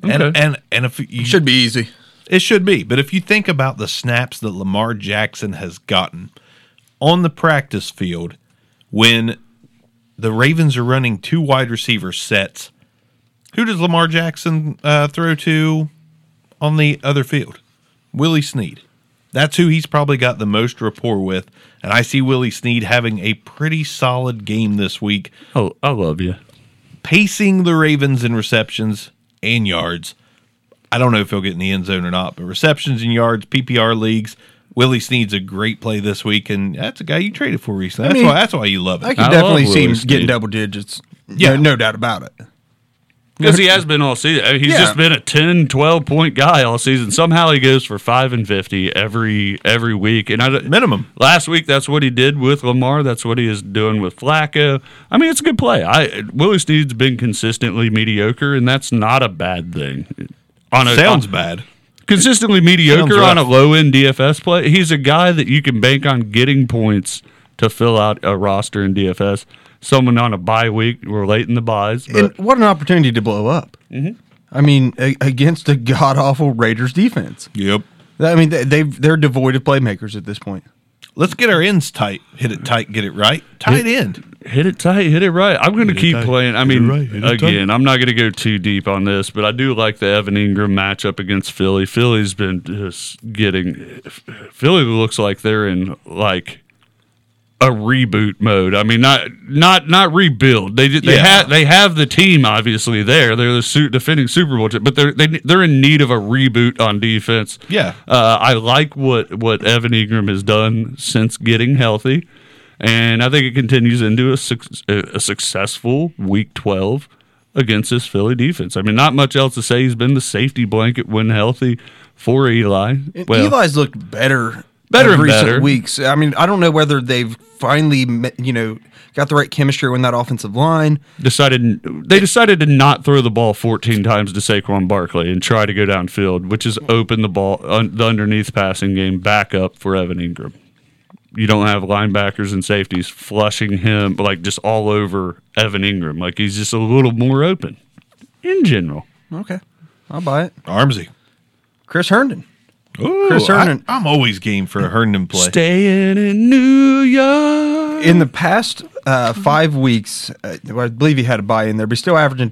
S1: And
S3: Okay.
S1: and and if you
S2: Should be easy.
S1: It should be. But if you think about the snaps that Lamar Jackson has gotten on the practice field when the Ravens are running two wide receiver sets, who does Lamar Jackson uh, throw to on the other field? Willie Snead. That's who he's probably got the most rapport with. And I see Willie Snead having a pretty solid game this week
S3: Oh, I love you.
S1: pacing the Ravens in receptions and yards. I don't know if he'll get in the end zone or not, but receptions and yards, PPR leagues. Willie Snead's a great play this week, and that's a guy you traded for recently. That's
S2: mean,
S1: why that's why you love
S2: I
S1: it.
S2: can
S3: I love
S2: definitely
S3: Willie
S2: see him
S3: Snead.
S2: getting double digits.
S1: Yeah.
S2: Yeah, no, no doubt about it.
S3: Because he has been all season. I mean, he's
S2: Yeah.
S3: just been a 10, 12 point guy all season. Somehow he goes for five and fifty every every week. And I don't-
S1: Minimum.
S3: last week that's what he did with Lamar. That's what he is doing with Flacco. I mean, it's a good play. I Willie Snead's been consistently mediocre, and that's not a bad thing. On a
S1: Sounds
S3: on-
S1: bad.
S3: consistently mediocre
S1: rough.
S3: on a low end DFS play. He's a guy that you can bank on getting points to fill out a roster in DFS. Someone on a bye week, we're late in the buys. But Mm-hmm.
S2: And what an opportunity to blow up. I mean, a- against a god awful Raiders defense.
S1: Yep.
S2: I mean, they, they've they're devoid of playmakers at this point.
S1: Let's get our ends tight. Hit it tight. Get it right. Tight end.
S3: Hit it tight, hit it right. I'm going to keep
S1: tight,
S3: playing. I
S1: hit it
S3: mean,
S1: right, hit it tight.
S3: again, I'm not going to go too deep on this, but I do like the Evan Ingram matchup against Philly. Philly's been just getting. Philly looks like they're in like a reboot mode. I mean, not not not rebuild. They did- they
S1: Yeah.
S3: have they have the team obviously there. They're the su- defending Super Bowl, champ- but they're they, they're in need of a reboot on defense.
S1: Yeah.
S3: Uh, I like what what Evan Ingram has done since getting healthy, and I think it continues into a, suc- a a successful Week 12 against this Philly defense. I mean, not much else to say. He's been the safety blanket when healthy for Eli.
S2: And
S3: Well,
S2: Eli's looked better,
S3: Better
S2: in
S3: and
S2: recent
S3: better.
S2: weeks. I mean, I don't know whether they've finally, met, you know, got the right chemistry in that offensive line.
S3: decided they decided to not throw the ball 14 times to Saquon Barkley and try to go downfield, which is open the ball un, the underneath passing game back up for Evan Ingram. You don't have linebackers and safeties flushing him like just all over Evan Ingram. Like he's just a little more open in general.
S2: Okay, I'll buy it.
S1: Armsy.
S2: Chris Herndon.
S1: Ooh,
S2: Chris Herndon.
S1: I, am always game for a Herndon play.
S3: Staying in New York.
S2: In the past uh, five weeks, uh, well, I believe he had a buy in there, but he's still averaging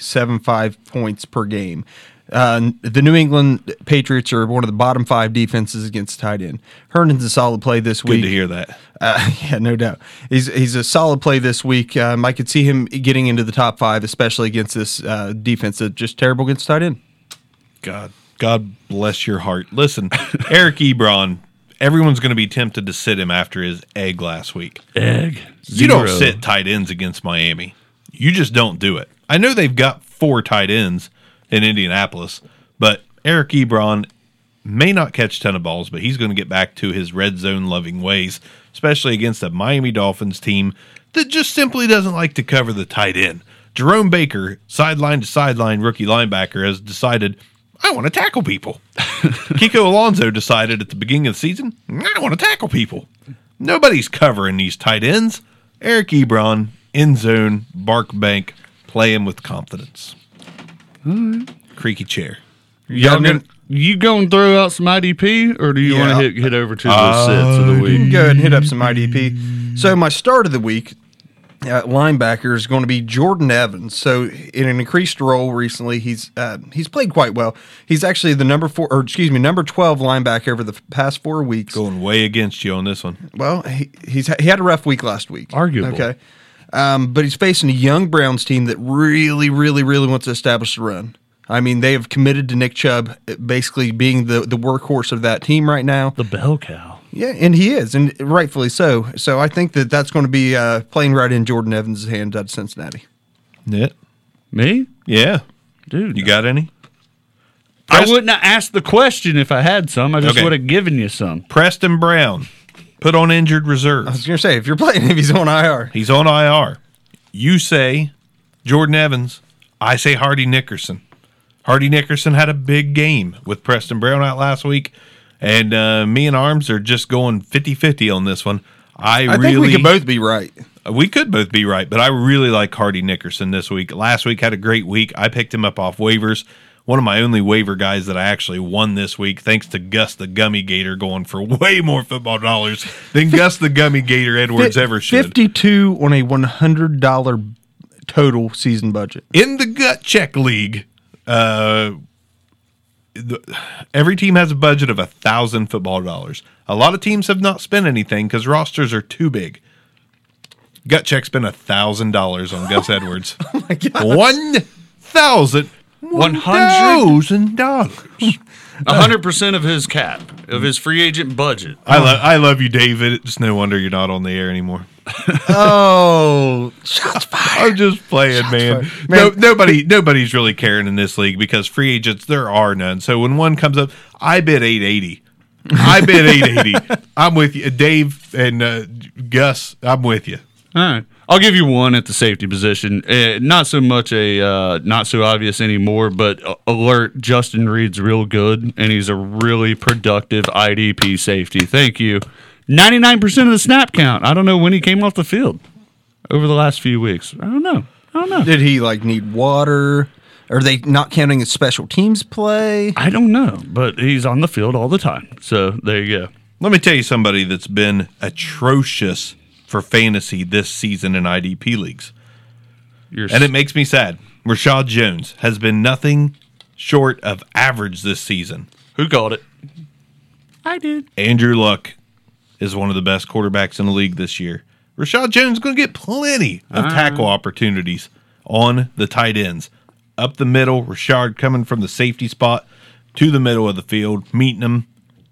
S2: 10.75 points per game. Uh, the New England Patriots are one of the bottom five defenses against tight end. Herndon's a solid play this
S1: Good
S2: week.
S1: to hear that.
S2: Uh, yeah, no doubt. He's he's a solid play this week. Um, I could see him getting into the top five, especially against this uh, defense that's just terrible against tight end.
S1: God, God bless your heart. Listen, Eric Ebron. Everyone's going to be tempted to sit him after his egg last week.
S3: egg.
S1: You don't
S3: Zero.
S1: sit tight ends against Miami. You just don't do it. I know they've got four tight ends in Indianapolis, but Eric Ebron may not catch a ton of balls, but he's going to get back to his red zone loving ways, especially against a Miami Dolphins team that just simply doesn't like to cover the tight end. Jerome Baker, sideline to sideline rookie linebacker, has decided, I want to tackle people. Kiko Alonso decided at the beginning of the season, I want to tackle people. Nobody's covering these tight ends. Eric Ebron, end zone, bark bank, play him with confidence. Creaky chair.
S3: Y'all
S2: Yeah, no-
S3: gonna, you going to throw out some IDP or do you want
S2: Yeah.
S3: to hit, hit over to the sits of the week?
S2: Go ahead and hit up some IDP. So my start of the week at linebacker is going to be Jordan Evans. So in an increased role recently, he's uh, he's played quite well. He's actually the number four, or excuse me, number twelve linebacker over the past four weeks.
S1: Going way against you on this one.
S2: Well, he, he's he had a rough week last week.
S3: Arguable.
S2: Okay. Um, but he's facing a young Browns team that really, really, really wants to establish the run. I mean, they have committed to Nick Chubb uh, basically being the, the workhorse of that team right now.
S3: The bell cow.
S2: Yeah, and he is, and rightfully so. So I think that that's going to be uh, playing right in Jordan Evans' hands out of Cincinnati.
S1: Yeah.
S3: Me,
S1: Yeah.
S3: dude.
S1: You got any?
S3: I wouldn't have asked the question if I had some. I just
S1: Okay.
S3: would have given you some.
S1: Preston Brown, put on injured reserve.
S2: I was going to say, if you're playing him, he's on IR.
S1: He's on IR. You say Jordan Evans. I say Hardy Nickerson. Hardy Nickerson had a big game with Preston Brown out last week, and uh, me and Arms are just going 50 50 on this one. I,
S2: I
S1: really
S2: think we could both be right.
S1: we could both be right, but I really like Hardy Nickerson this week. Last week had a great week. I picked him up off waivers. One of my only waiver guys that I actually won this week, thanks to Gus the Gummy Gator going for way more football dollars than Gus the Gummy Gator Edwards ever should.
S2: 52 on a $100 total season budget.
S1: in the gut check league, uh, the, every team has a budget of a thousand football dollars. A lot of teams have not spent anything because rosters are too big. Gut check spent a thousand dollars on Gus Edwards. oh my god! One thousand.
S3: One hundred?
S1: dollars.
S3: hundred percent of his cap of his free agent budget.
S1: I love, I love you, David. It's no wonder you're not on the air anymore.
S2: Oh, shots fired.
S1: I'm just playing, man.
S2: fired.
S1: No,
S2: Man.
S1: nobody, nobody's really caring in this league because free agents there are none. So when one comes up, I bid eight eighty. I bid eight eighty. I'm with you, Dave and uh, Gus. I'm with you.
S3: All right. I'll give you one at the safety position. Eh, not so much a uh, not so obvious anymore, but a- alert Justin Reed's real good, and he's a really productive IDP safety. Thank you. 99% of the snap count. I don't know when he came off the field over the last few weeks. I don't know. I don't know.
S2: Did he like need water? Are they not counting his special teams play?
S3: I don't know, but he's on the field all the time. So there you go.
S1: Let me tell you somebody that's been atrocious for fantasy this season in IDP leagues.
S3: You're
S1: And it makes me sad. Rashad Jones has been nothing short of average this season.
S3: who called it? I did.
S1: Andrew Luck is one of the best quarterbacks in the league this year. Rashad Jones is going to get plenty
S2: Ah.
S1: of tackle opportunities on the tight ends. Up the middle, Rashad coming from the safety spot to the middle of the field, meeting him.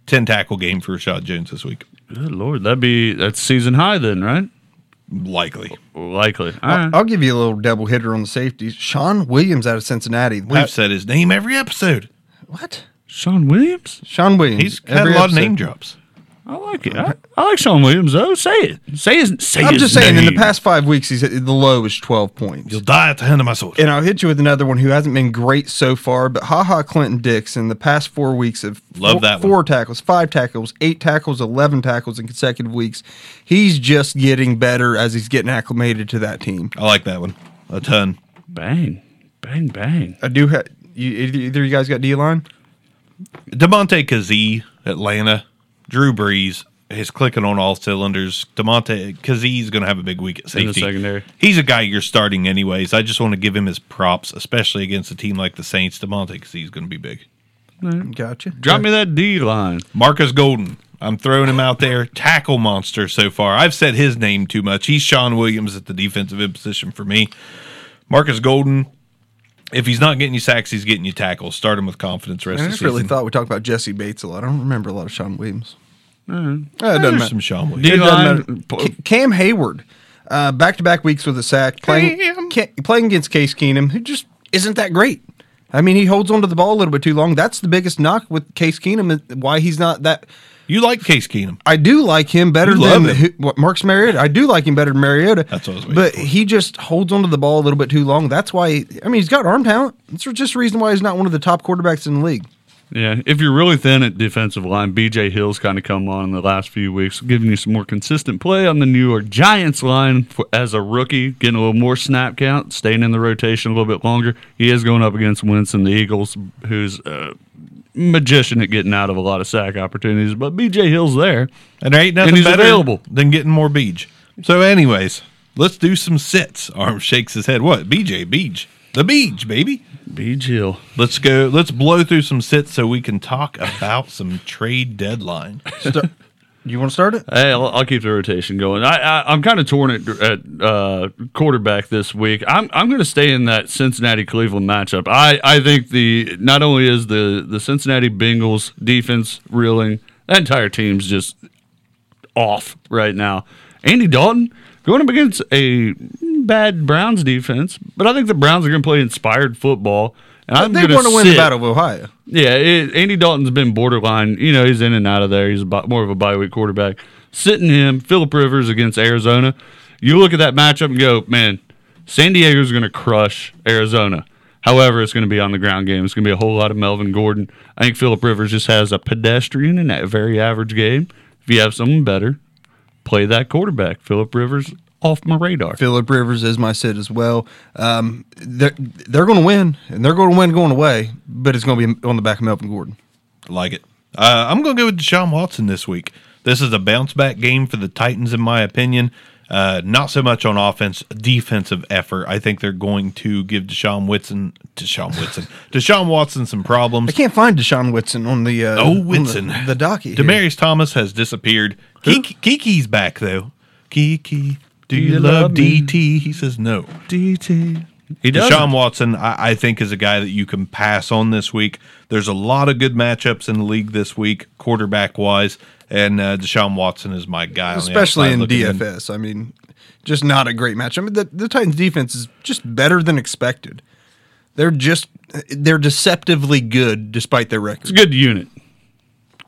S1: 10 tackle game for Rashad Jones this week.
S3: Good lord, that'd be that's season high then, right?
S1: Likely.
S3: Likely. All
S2: I-
S1: Uh-huh.
S3: right.
S2: I'll give you a little double hitter on the safeties. Sean Williams out of Cincinnati.
S1: We've said his name every episode.
S2: what?
S3: Sean Williams?
S2: Sean Williams.
S1: He's had a
S2: every
S1: lot of
S2: episode.
S1: name drops.
S3: I like it. I, I like Sean Williams though. Say it. Say his. Say
S2: I'm
S3: his
S2: just saying, in the
S3: name.
S2: past five weeks, he's the low is 12 points.
S1: You'll die at the hand of my sword.
S2: and I'll hit you with another one who hasn't been great so far, but haha Clinton Dix in the past four weeks of
S1: Love
S2: four,
S1: that one.
S2: four tackles, five tackles, eight tackles, eleven tackles in consecutive weeks. He's just getting better as he's getting acclimated to that team.
S1: I like that one a ton.
S3: Bang, bang, bang.
S2: I do have you, either, either you guys got D line.
S1: Demonte Kazee, Atlanta, Drew Brees is clicking on all cylinders. Demonte Kazee's going to have a big week at
S3: In
S1: safety.
S3: the secondary.
S1: He's a guy you're starting anyways. I just want to give him his props, especially against a team like the Saints. Demonte Kazee's going to be big.
S2: Gotcha.
S3: Drop me that D line.
S1: Marcus Golden, I'm throwing him out there. Tackle monster so far. I've said his name too much. He's Sean Williams at the defensive end position for me. Marcus Golden, if he's not getting you sacks, he's getting you tackles. Start him with confidence. Rest of
S2: I
S1: the
S2: just
S1: season.
S2: really thought we talked about Jesse Bates a lot. I don't remember a lot of Sean Williams. Uh, it doesn't
S1: There's
S2: matter.
S1: some Sean Williams.
S3: D
S2: It doesn't
S3: line.
S2: matter. C- Cam Hayward, back to back weeks with a sack, playing Ca- playing against Case Keenum, who just isn't that great. I mean, he holds onto the ball a little bit too long. That's the biggest knock with Case Keenum. Is why he's not that.
S1: You like Case Keenum.
S2: I do like him better
S1: You love
S2: than
S1: him.
S2: who, what, Marcus Mariota. I do like him better than Mariota.
S1: That's what I was waiting
S2: But
S1: for.
S2: he just holds onto the ball a little bit too long. That's why. He, I mean, he's got arm talent. That's just the reason why he's not one of the top quarterbacks in the league.
S3: Yeah. If you're really thin at defensive line, BJ Hill's kind of come on in the last few weeks, giving you some more consistent play on the New York Giants line for, as a rookie, getting a little more snap count, staying in the rotation a little bit longer. He is going up against Winston, the Eagles, who's a magician at getting out of a lot of sack opportunities. But BJ Hill's there.
S1: And there ain't nothing
S3: And he's
S1: better
S3: available.
S1: than getting more beach. So, anyways, let's do some sits. Arm shakes his head. What? BJ Beach. The beach, baby.
S3: BJ Hill.
S1: Let's go. Let's blow through some sits so we can talk about some trade deadline.
S2: Start- you want to start it?
S3: Hey, I'll, I'll keep the rotation going. I, I I'm kind of torn at, at uh, quarterback this week. I'm I'm going to stay in that Cincinnati Cleveland matchup. I, I think the not only is the the Cincinnati Bengals defense reeling, that entire team's just off right now. Andy Dalton going up against a bad Browns defense, but I think the Browns are going to play inspired football. And I'm
S2: they
S3: going
S2: want to win the
S3: sit.
S2: Battle of Ohio.
S3: Yeah, it, Andy Dalton's been borderline. You know, he's in and out of there. He's about, more of a bye week quarterback. Sitting him, Philip Rivers against Arizona. You look at that matchup and go, man, San Diego's going to crush Arizona. However, it's going to be on the ground game. It's going to be a whole lot of Melvin Gordon. I think Philip Rivers just has a pedestrian and a very average game. If you have someone better, play that quarterback. Philip Rivers off my radar.
S2: Philip Rivers is my sit as well. Um, they're they're going to win, and they're going to win going away, but it's going to be on the back of Melvin Gordon.
S1: I like it. Uh, I'm going to go with Deshaun Watson this week. This is a bounce back game for the Titans, in my opinion. Uh, not so much on offense, defensive effort. I think they're going to give Deshaun Whitson, Deshaun Whitson, Deshaun Watson some problems.
S2: I can't find Deshaun Whitson on the uh, on
S1: Oh,
S2: the-
S1: Whitson.
S2: the, docky. here.
S1: Demarius Thomas has disappeared. Kiki, Kiki's back, though. Kiki, do you, love,
S3: me?
S1: DT? He says no.
S3: DT. He does.
S1: Deshaun Watson, I, I think, is a guy that you can pass on this week. There's a lot of good matchups in the league this week, quarterback wise, and uh, Deshaun Watson is my guy. on the
S2: especially
S1: outside
S2: in
S1: looking
S2: DFS. I mean, just not a great match. I mean, the, the Titans' defense is just better than expected. They're just they're deceptively good despite their
S3: It's a
S2: record.
S3: good unit.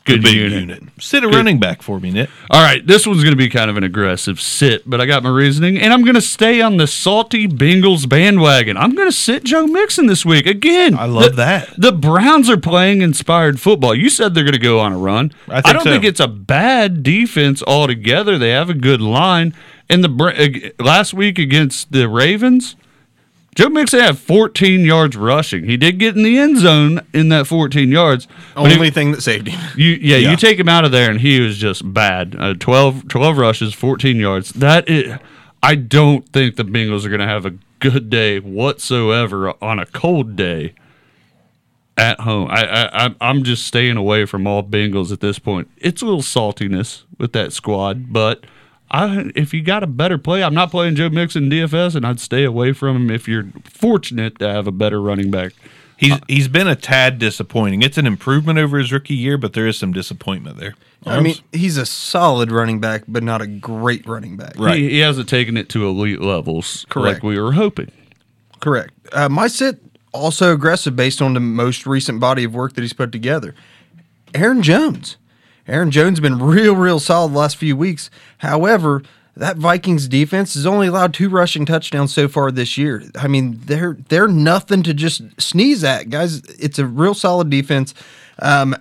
S3: Good
S1: Big
S3: unit.
S1: unit. Sit a running back for me, Nick.
S3: All right, this one's going to be kind of an aggressive sit, but I got my reasoning, and I'm going to stay on the salty Bengals bandwagon. I'm going to sit Joe Mixon this week again.
S1: I love
S3: the,
S1: that.
S3: The Browns are playing inspired football. You said they're going to go on a run.
S1: I think
S3: don't
S1: so.
S3: think it's a bad defense altogether. They have a good line, and the Bra- ag- last week against the Ravens. Joe Mixon had 14 yards rushing. He did get in the end zone in that 14 yards. but he-
S2: Only thing that saved him.
S3: you yeah,
S1: Yeah.
S3: you take him out of there and he was just bad. Uh, 12, 12 rushes, 14 yards. That is, I don't think the Bengals are going to have a good day whatsoever on a cold day at home. I, I I'm- I'm just staying away from all Bengals at this point. It's a little saltiness with that squad, but I if you got a better play, I'm not playing Joe Mixon in DFS and I'd stay away from him if you're fortunate to have a better running back.
S1: He's he's been a tad disappointing. It's an improvement over his rookie year, but there is some disappointment there.
S2: I mean, he's a solid running back, but not a great running back.
S1: Right.
S3: He, he hasn't taken it to elite levels
S2: Correct.
S3: like we were hoping.
S2: Correct. Uh, my sit also aggressive based on the most recent body of work that he's put together. Aaron Jones. Aaron Jones has been real, real solid the last few weeks. However, that Vikings defense has only allowed two rushing touchdowns so far this year. I mean, they're they're nothing to just sneeze at, guys. It's a real solid defense. Um,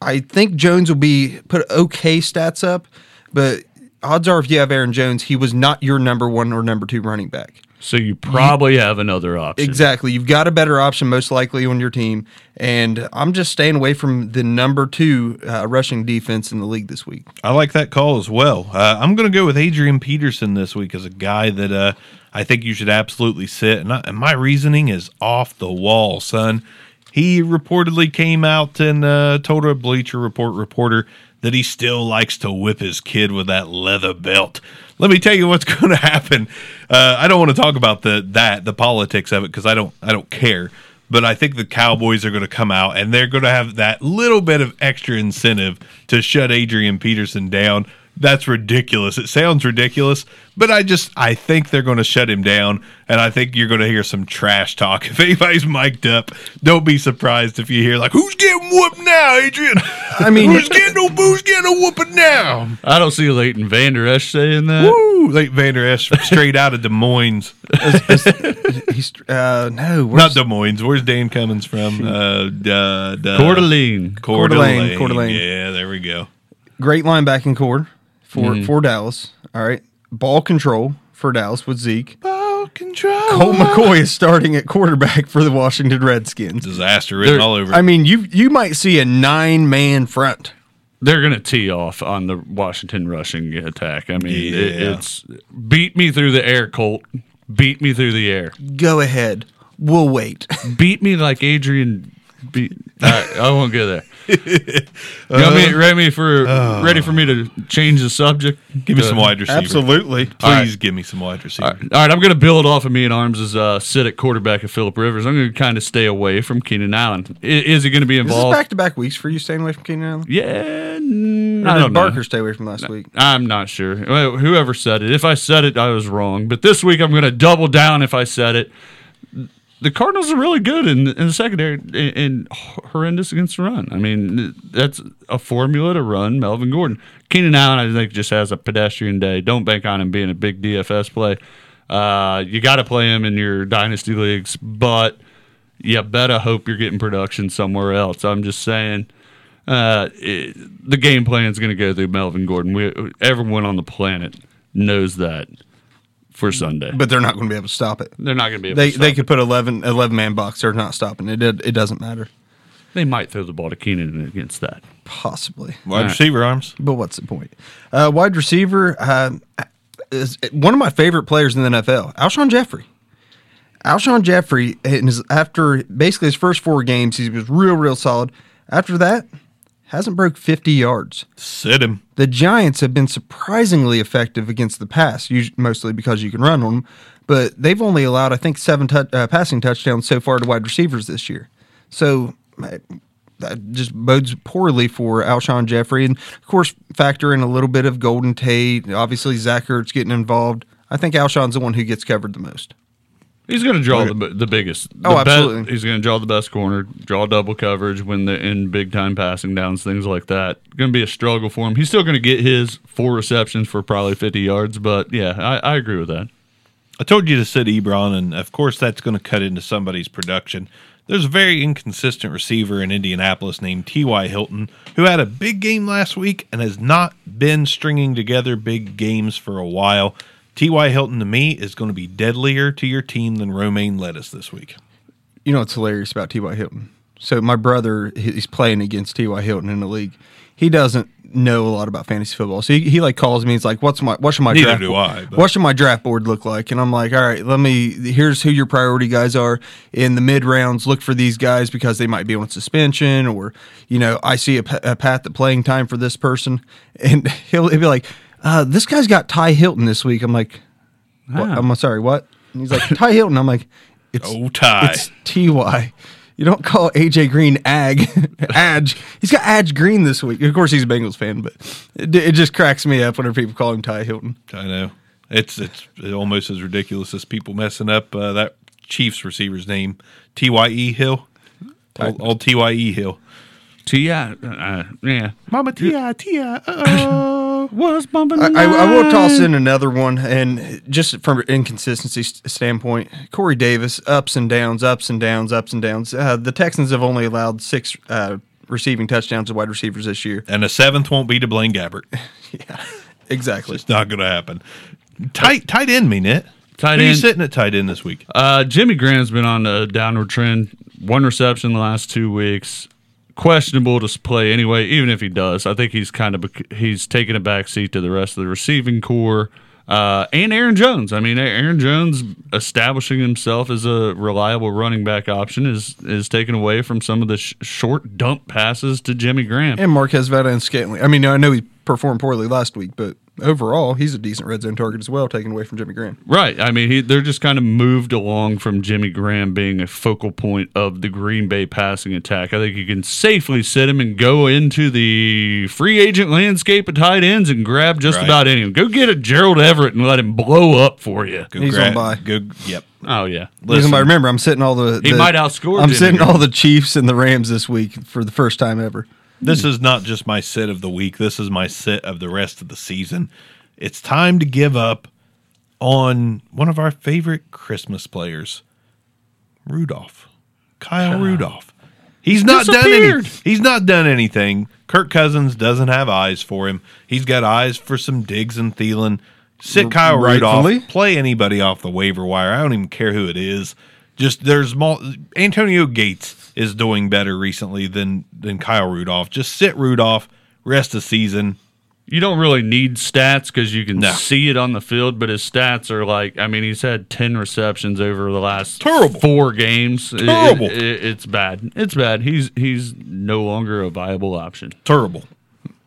S2: I think Jones will be put okay stats up, but odds are if you have Aaron Jones, he was not your number one or number two running back.
S3: So you probably have another option.
S2: Exactly. You've got a better option most likely on your team. And I'm just staying away from the number two uh, rushing defense in the league this week.
S1: I like that call as well. Uh, I'm going to go with Adrian Peterson this week as a guy that uh, I think you should absolutely sit. And, I, and my reasoning is off the wall, son. He reportedly came out and uh, told a Bleacher Report reporter that he still likes to whip his kid with that leather belt. Let me tell you what's going to happen. Uh, I don't want to talk about the that the politics of it because I don't I don't care but I think the Cowboys are going to come out and they're going to have that little bit of extra incentive to shut Adrian Peterson down. That's ridiculous. It sounds ridiculous, but I just I think they're going to shut him down, and I think you're going to hear some trash talk. If anybody's mic'd up, don't be surprised if you hear like, "Who's getting whooped now, Adrian? I
S2: mean-
S1: who's getting a who's getting a whooping now?"
S3: I don't see Leighton Vander Esch saying that.
S1: Woo! Late Vander Esch, straight out of Des Moines.
S2: He's uh, no, we're
S1: Not Des Moines. Where's Dan Cummins from? Uh, duh, duh.
S3: Coeur d'Alene.
S1: Coeur
S2: Coeur d'Alene,
S1: d'Alene.
S2: Coeur d'Alene.
S1: Yeah, there we go.
S2: great linebacking core for
S3: Mm-hmm.
S2: for Dallas. All right, ball control for Dallas with Zeke.
S3: Ah.
S1: Ball control.
S2: Cole McCoy is starting at quarterback for the Washington Redskins.
S1: Disaster written
S3: There-
S1: all over.
S2: I mean, you you might see a nine man front.
S3: They're going to tee off on the Washington rushing attack. I mean, it,
S1: Yeah.
S3: it's beat me through the air, Colt. Beat me through the air.
S2: Go ahead, we'll wait.
S3: Beat me like Adrian. Beat. All right, I won't go there. You want
S1: Uh,
S3: me ready me for ready for me to change the subject?
S1: give me
S3: Uh,
S1: some wide receiver.
S2: Absolutely.
S1: Please
S3: right.
S1: give me some wide receiver.
S3: All right, all right, I'm going to build off of me and Arms' as uh, sit at quarterback of Philip Rivers. I'm going to kind of stay away from Keenan Allen. I- Is, he going to be
S2: This is
S3: involved?
S2: back to back weeks for you staying away from Keenan Allen.
S3: Yeah, I don't
S2: Did
S3: know.
S2: Barker stay away from last week?
S3: I'm not sure. Well, Whoever said it. If I said it, I was wrong. But this week, I'm going to double down if I said it. The Cardinals are really good in, in the secondary and- and horrendous against the run. I mean, that's a formula to run Melvin Gordon. Keenan Allen, I think, just has a pedestrian day. Don't bank on him being a big DFS play. Uh, you got to play him in your dynasty leagues, but you better hope you're getting production somewhere else. I'm just saying uh, it, the game plan is going to go through Melvin Gordon. We, everyone on the planet knows that for Sunday. But
S2: But they're not going to be able to stop it.
S3: they're not going to be able
S2: They
S3: to.
S2: they
S3: stop it.
S2: could put 11, 11 man box. They're not stopping it. It, it doesn't matter.
S3: they might throw the ball to Keenan against that.
S2: Possibly.
S1: Wide receiver arms.
S2: But what's the point? Uh, wide receiver uh, is one of my favorite players in the NFL, Alshon Jeffrey. Alshon Jeffrey, in his, after basically his first four games, he was real, real solid. After that, hasn't broke 50 yards.
S1: Sit him.
S2: The Giants have been surprisingly effective against the pass, us- mostly because you can run on them. But they've only allowed, I think, seven tou- uh, passing touchdowns so far to wide receivers this year. So uh, that just bodes poorly for Alshon Jeffrey, and of course, factor in a little bit of Golden Tate. Obviously, Zach Ertz getting involved. I think Alshon's the one who gets covered the most.
S3: He's going to draw the, the biggest.
S2: Oh,
S3: the be-
S2: absolutely.
S3: he's going to draw the best corner, draw double coverage when they're in big time passing downs, things like that. Going to be a struggle for him. He's still going to get his four receptions for probably 50 yards, but yeah, I, I agree with that.
S1: I told you to sit Ebron, and of course that's going to cut into somebody's production. There's a very inconsistent receiver in Indianapolis named T.Y. Hilton who had a big game last week and has not been stringing together big games for a while. T.Y. Hilton to me is going to be deadlier to your team than romaine lettuce this week.
S2: you know what's hilarious about T.Y. Hilton? So my brother, he- he's playing against T.Y. Hilton in the league. He doesn't know a lot about fantasy football, so he, he like calls me. He's like, "What's my what should my
S1: Neither
S2: draft
S1: do
S2: bo-
S1: I, but-
S2: what should my draft board look like?" And I'm like, "All right, let me. Here's who your priority guys are in the mid rounds. Look for these guys because they might be on suspension, or you know, I see a, pa- a path to playing time for this person." And he'll, he'll be like, uh, "This guy's got Ty Hilton this week." I'm like, what? "I'm sorry, what?" And he's like, "Ty Hilton." I'm like, "It's
S1: Oh, Ty.
S2: it's Ty. You don't call AJ Green Ag. Adge. He's got Adge Green this week. Of course, he's a Bengals fan, but it, it just cracks me up whenever people call him Ty Hilton.
S1: I know it's it's almost as ridiculous as people messing up uh, that Chiefs receiver's name, T.Y.E. Hill, old, old T.Y.E. Hill.
S3: T.I. Uh, yeah.
S1: Mama T.I. T.I. Uh-oh.
S3: Was bumping
S2: I, I, I will toss in another one, and just from an inconsistency s- standpoint, Corey Davis ups and downs, ups and downs, ups and downs. Uh, the Texans have only allowed six uh, receiving touchdowns to wide receivers this year.
S1: And the seventh won't be to Blaine Gabbert.
S2: Exactly.
S1: It's not going to happen. Tight tight end, mean it.
S3: Tight
S1: Who you
S3: end.
S1: sitting at tight end this week?
S3: Uh, Jimmy Graham's been on a downward trend. One reception the last two weeks. Questionable to play anyway. Even if he does, I think he's kind of bec- he's taken a backseat to the rest of the receiving core. Uh, and Aaron Jones. I mean, Aaron Jones establishing himself as a reliable running back option is is taken away from some of the sh- short dump passes to Jimmy Graham.
S2: And Marquez Valdez and Scantling. I mean, I know he performed poorly last week, but overall, he's a decent red zone target as well, taken away from Jimmy Graham.
S3: Right. I mean, he, they're just kind of moved along from Jimmy Graham being a focal point of the Green Bay passing attack. I think you can safely sit him and go into the free agent landscape of tight ends and grab just
S1: Right.
S3: about anyone. Go get a Gerald Everett and let him blow up for you.
S1: Go
S2: He's
S1: gra-
S2: on bye.
S1: Go, yep.
S3: Oh, yeah.
S2: Reason
S1: Listen.
S2: why- remember, I'm sitting all the.
S3: He
S2: the-
S3: might outscore
S2: I'm
S3: Jimmy
S2: sitting
S3: Graham.
S2: all the Chiefs and the Rams this week for the first time ever.
S1: This is not just my sit of the week. This is my sit of the rest of the season. It's time to give up on one of our favorite Christmas players, Rudolph. Kyle Rudolph. He's not done any,
S3: Disappeared.
S1: He's not done anything. Kirk Cousins doesn't have eyes for him. He's got eyes for some Diggs and Thielen. Sit Kyle
S2: rightfully.
S1: Rudolph. Play anybody off the waiver wire. I don't even care who it is. Just there's mul- Antonio Gates is doing better recently than than Kyle Rudolph. Just sit Rudolph. Rest the season.
S3: You don't really need stats because you can
S1: No.
S3: see it on the field, but his stats are like, I mean, he's had 10 receptions over the last
S1: Terrible.
S3: four games. It-
S1: Terrible.
S3: it- it- it's bad. It's bad. He's, he's no longer a viable option.
S1: Terrible.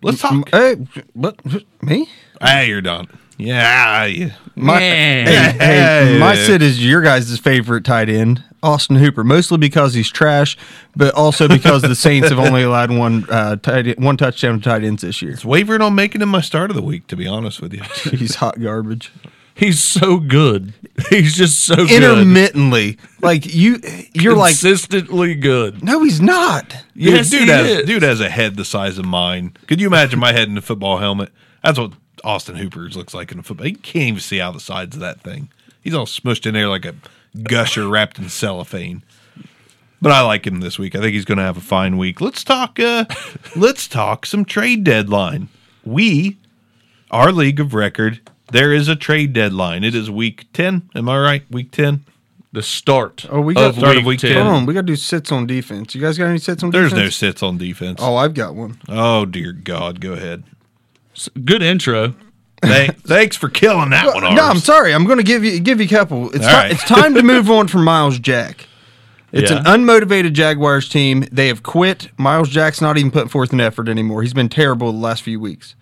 S1: Let's talk.
S2: Hey, what? Me?
S1: Ah, you're done. Yeah, yeah.
S2: My,
S3: Yeah.
S2: hey, hey,
S1: Yeah.
S2: my sit is your guys' favorite tight end, Austin Hooper, mostly because he's trash, but also because the Saints have only allowed one uh, tight end, one touchdown to tight ends this year.
S1: It's wavering on making him my start of the week, to be honest with you.
S2: He's hot garbage.
S3: He's so good. He's just so good.
S2: Intermittently, like you, you're like,
S3: consistently good. uh,
S2: no, he's not.
S1: Dude,
S3: Yes,
S1: dude,
S3: he
S1: has,
S3: is.
S1: dude has a head the size of mine. Could you imagine my head in a football helmet? That's what Austin Hooper's looks like in a football. You can't even see out the sides of that thing. He's all smushed in there like a gusher wrapped in cellophane. But I like him this week. I think he's going to have a fine week. Let's talk. Uh, let's talk some trade deadline. We, our league of record, there is a trade deadline. It is week ten. Am I right? Week ten.
S3: The start.
S2: Oh, we got-
S3: of
S1: Start
S3: week,
S1: of week
S3: 10.
S1: Yeah.
S2: Hold on, we gotta do sits on defense. You guys got any sits on
S1: There's no
S2: defense?
S1: sits on defense.
S2: Oh, I've got one.
S1: oh dear God. Go ahead.
S3: Good intro.
S1: Thank, thanks for killing that one.
S2: no, I'm
S1: Arms.
S2: sorry. I'm gonna give you give you a couple. It's
S1: All
S2: ti-
S1: right.
S2: it's time to move on from Miles Jack. It's an
S3: Yeah.
S2: unmotivated Jaguars team. They have quit. Miles Jack's not even putting forth an effort anymore. He's been terrible the last few weeks.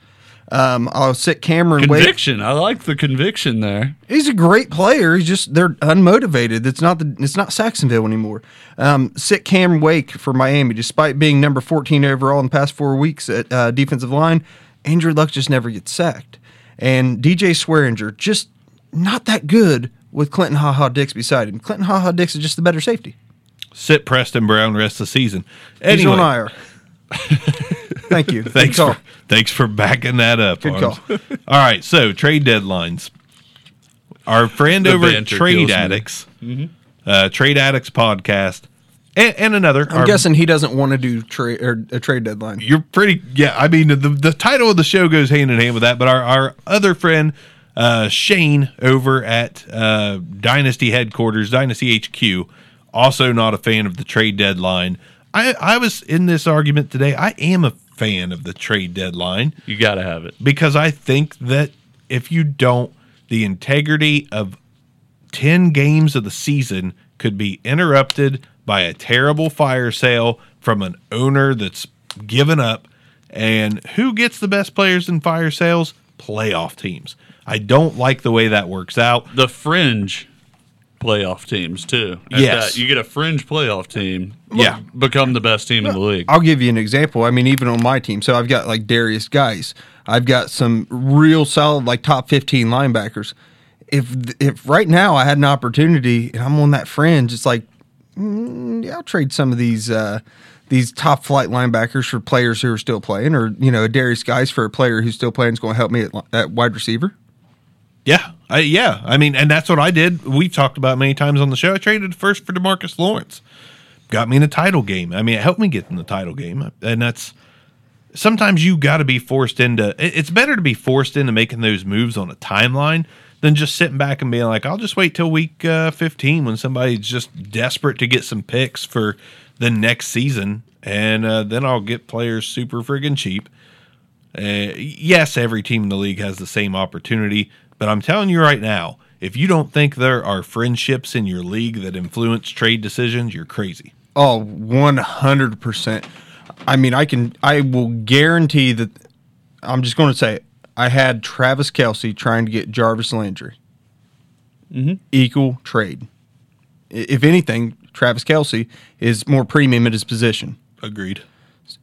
S2: Um, I'll sit Cameron Wake.
S3: Conviction. I like the conviction there.
S2: He's a great player. He's just they're unmotivated. It's not the it's not Saxonville anymore. Um, sit Cam Wake for Miami, despite being number 14 overall in the past four weeks at uh, defensive line. Andrew Luck just never gets sacked, and DJ Swearinger just not that good with Clinton Ha Ha Dix beside him. Clinton Ha Ha Dix is just the better safety.
S1: Sit Preston Brown rest of the season.
S2: He's
S1: Anyway,
S2: on IR. Thank you.
S1: thanks
S2: Good call.
S1: for thanks for backing that up.
S2: Good
S1: Arms.
S2: call.
S1: All right, so trade deadlines. Our friend
S3: The
S1: over at
S3: banter
S1: Trade
S3: kills me. Mm-hmm.
S1: Addicts, uh, Trade Addicts podcast, and, and another.
S2: I'm
S1: our-
S2: guessing he doesn't want to do trade or a trade deadline.
S1: you're pretty. Yeah, I mean the the title of the show goes hand in hand with that. But our our other friend uh, Shane over at uh, Dynasty headquarters, Dynasty HQ, also not a fan of the trade deadline. I I was in this argument today. I am a fan of the trade deadline
S3: You got to have it.
S1: because I think that if you don't, the integrity of 10 games of the season could be interrupted by a terrible fire sale from an owner that's given up. And who gets the best players in fire sales? Playoff teams. I don't like the way that works out.
S3: The fringe playoff teams, too. At
S1: Yes.
S3: that, you get a fringe playoff team.
S1: Yeah.
S3: Become the best team in the league.
S2: I'll give you an example. I mean, even on my team, so I've got like Darius Geis. I've got some real solid, like top fifteen linebackers. If if right now I had an opportunity and I'm on that fringe, it's like mm, yeah, I'll trade some of these uh, these top flight linebackers for players who are still playing, or you know, Darius Geis for a player who's still playing is going to help me at, li- at wide receiver.
S1: Yeah, I, yeah. I mean, and that's what I did. We've talked about it many times on the show. I traded first for Demarcus Lawrence, got me in a title game. I mean, it helped me get in the title game, and that's sometimes you got to be forced into. it- It's better to be forced into making those moves on a timeline than just sitting back and being like, "I'll just wait till week uh, 15 when somebody's just desperate to get some picks for the next season, and uh, then I'll get players super friggin' cheap." Uh, yes, every team in the league has the same opportunity, but I'm telling you right now, if you don't think there are friendships in your league that influence trade decisions, you're crazy.
S2: Oh, 100%. I mean, I can, I will guarantee that I'm just going to say, it. I had Travis Kelsey trying to get Jarvis Landry. Equal trade. I- If anything, Travis Kelsey is more premium at his position.
S1: Agreed.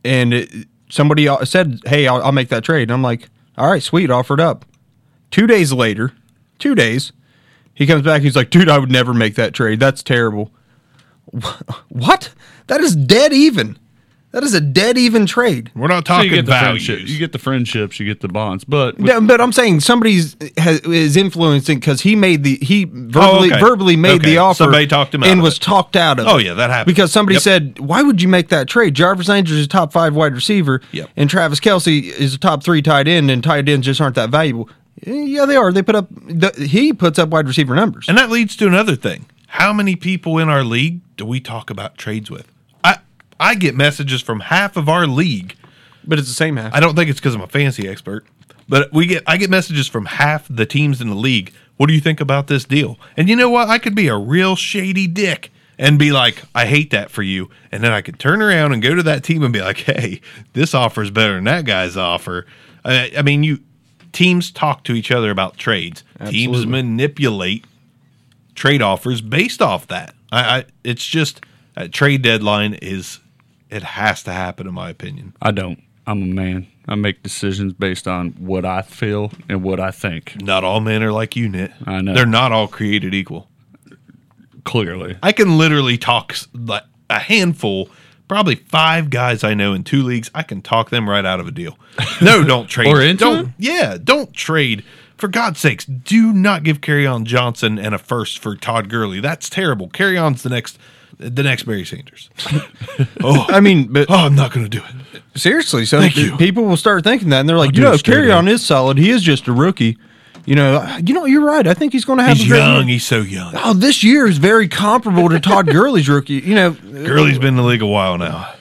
S2: And it, somebody al- said, hey, I'll, I'll make that trade. And I'm like, all right, sweet, offered up. Two days later, two days, he comes back. He's like, dude, I would never make that trade. That's terrible. What? That is dead even. That is a dead even trade.
S1: We're not
S3: So
S1: talking
S3: you get the friendships.
S1: values.
S3: You get the friendships. You get the bonds. But with
S2: No, but I'm saying somebody's has, is influencing because he made the he verbally
S1: Oh, okay.
S2: verbally made
S1: Okay.
S2: the offer.
S1: Somebody talked him out
S2: and
S1: of
S2: was
S1: it.
S2: talked out of.
S1: Oh,
S2: it.
S1: yeah, that happened.
S2: because somebody
S1: Yep.
S2: said, "Why would you make that trade?" Jarvis Landry is a top five wide receiver,
S1: Yep.
S2: and Travis Kelsey is a top three tight end, and tight ends just aren't that valuable. Eh, Yeah, they are. They put up the, he puts up wide receiver numbers.
S1: and that leads to another thing. How many people in our league do we talk about trades with? I I get messages from half of our league
S2: but it's the same half.
S1: I don't think it's because I'm a fancy expert, but we get I get messages from half the teams in the league. What do you think about this deal? And you know what? I could be a real shady dick and be like, I hate that for you. And then I could turn around and go to that team and be like, hey, this offer is better than that guy's offer. I, I mean, you teams talk to each other about trades. Teams
S2: Absolutely.
S1: manipulate trade offers based off that. I, I it's just a trade deadline is it has to happen in my opinion.
S3: I don't. I'm a man. I make decisions based on what I feel and what I think.
S1: Not all men are like you, Nit.
S3: I know.
S1: They're not all created equal.
S3: Clearly,
S1: I can literally talk s- like a handful, probably five guys I know in two leagues. I can talk them right out of a deal. No, don't trade.
S3: Or into
S1: don't,
S3: it?
S1: Yeah, don't trade. For God's sakes, do not give Carry On Johnson and a first for Todd Gurley. That's terrible. Carry On's the next, the next Barry Sanders.
S2: I mean, but
S1: Oh, I'm not going to do it.
S2: seriously, so
S1: Thank
S2: th-
S1: you. Oh,
S2: people will start thinking that, and they're like,
S1: do
S2: you know,
S1: it straight
S2: carry on is solid. He is just a rookie. You know, uh, you know, you're right. I think he's going to have
S1: He's
S2: a great
S1: young.
S2: year.
S1: He's so young.
S2: Oh, this year is very comparable to Todd Gurley's rookie. You know,
S1: Gurley's been in the league a while now.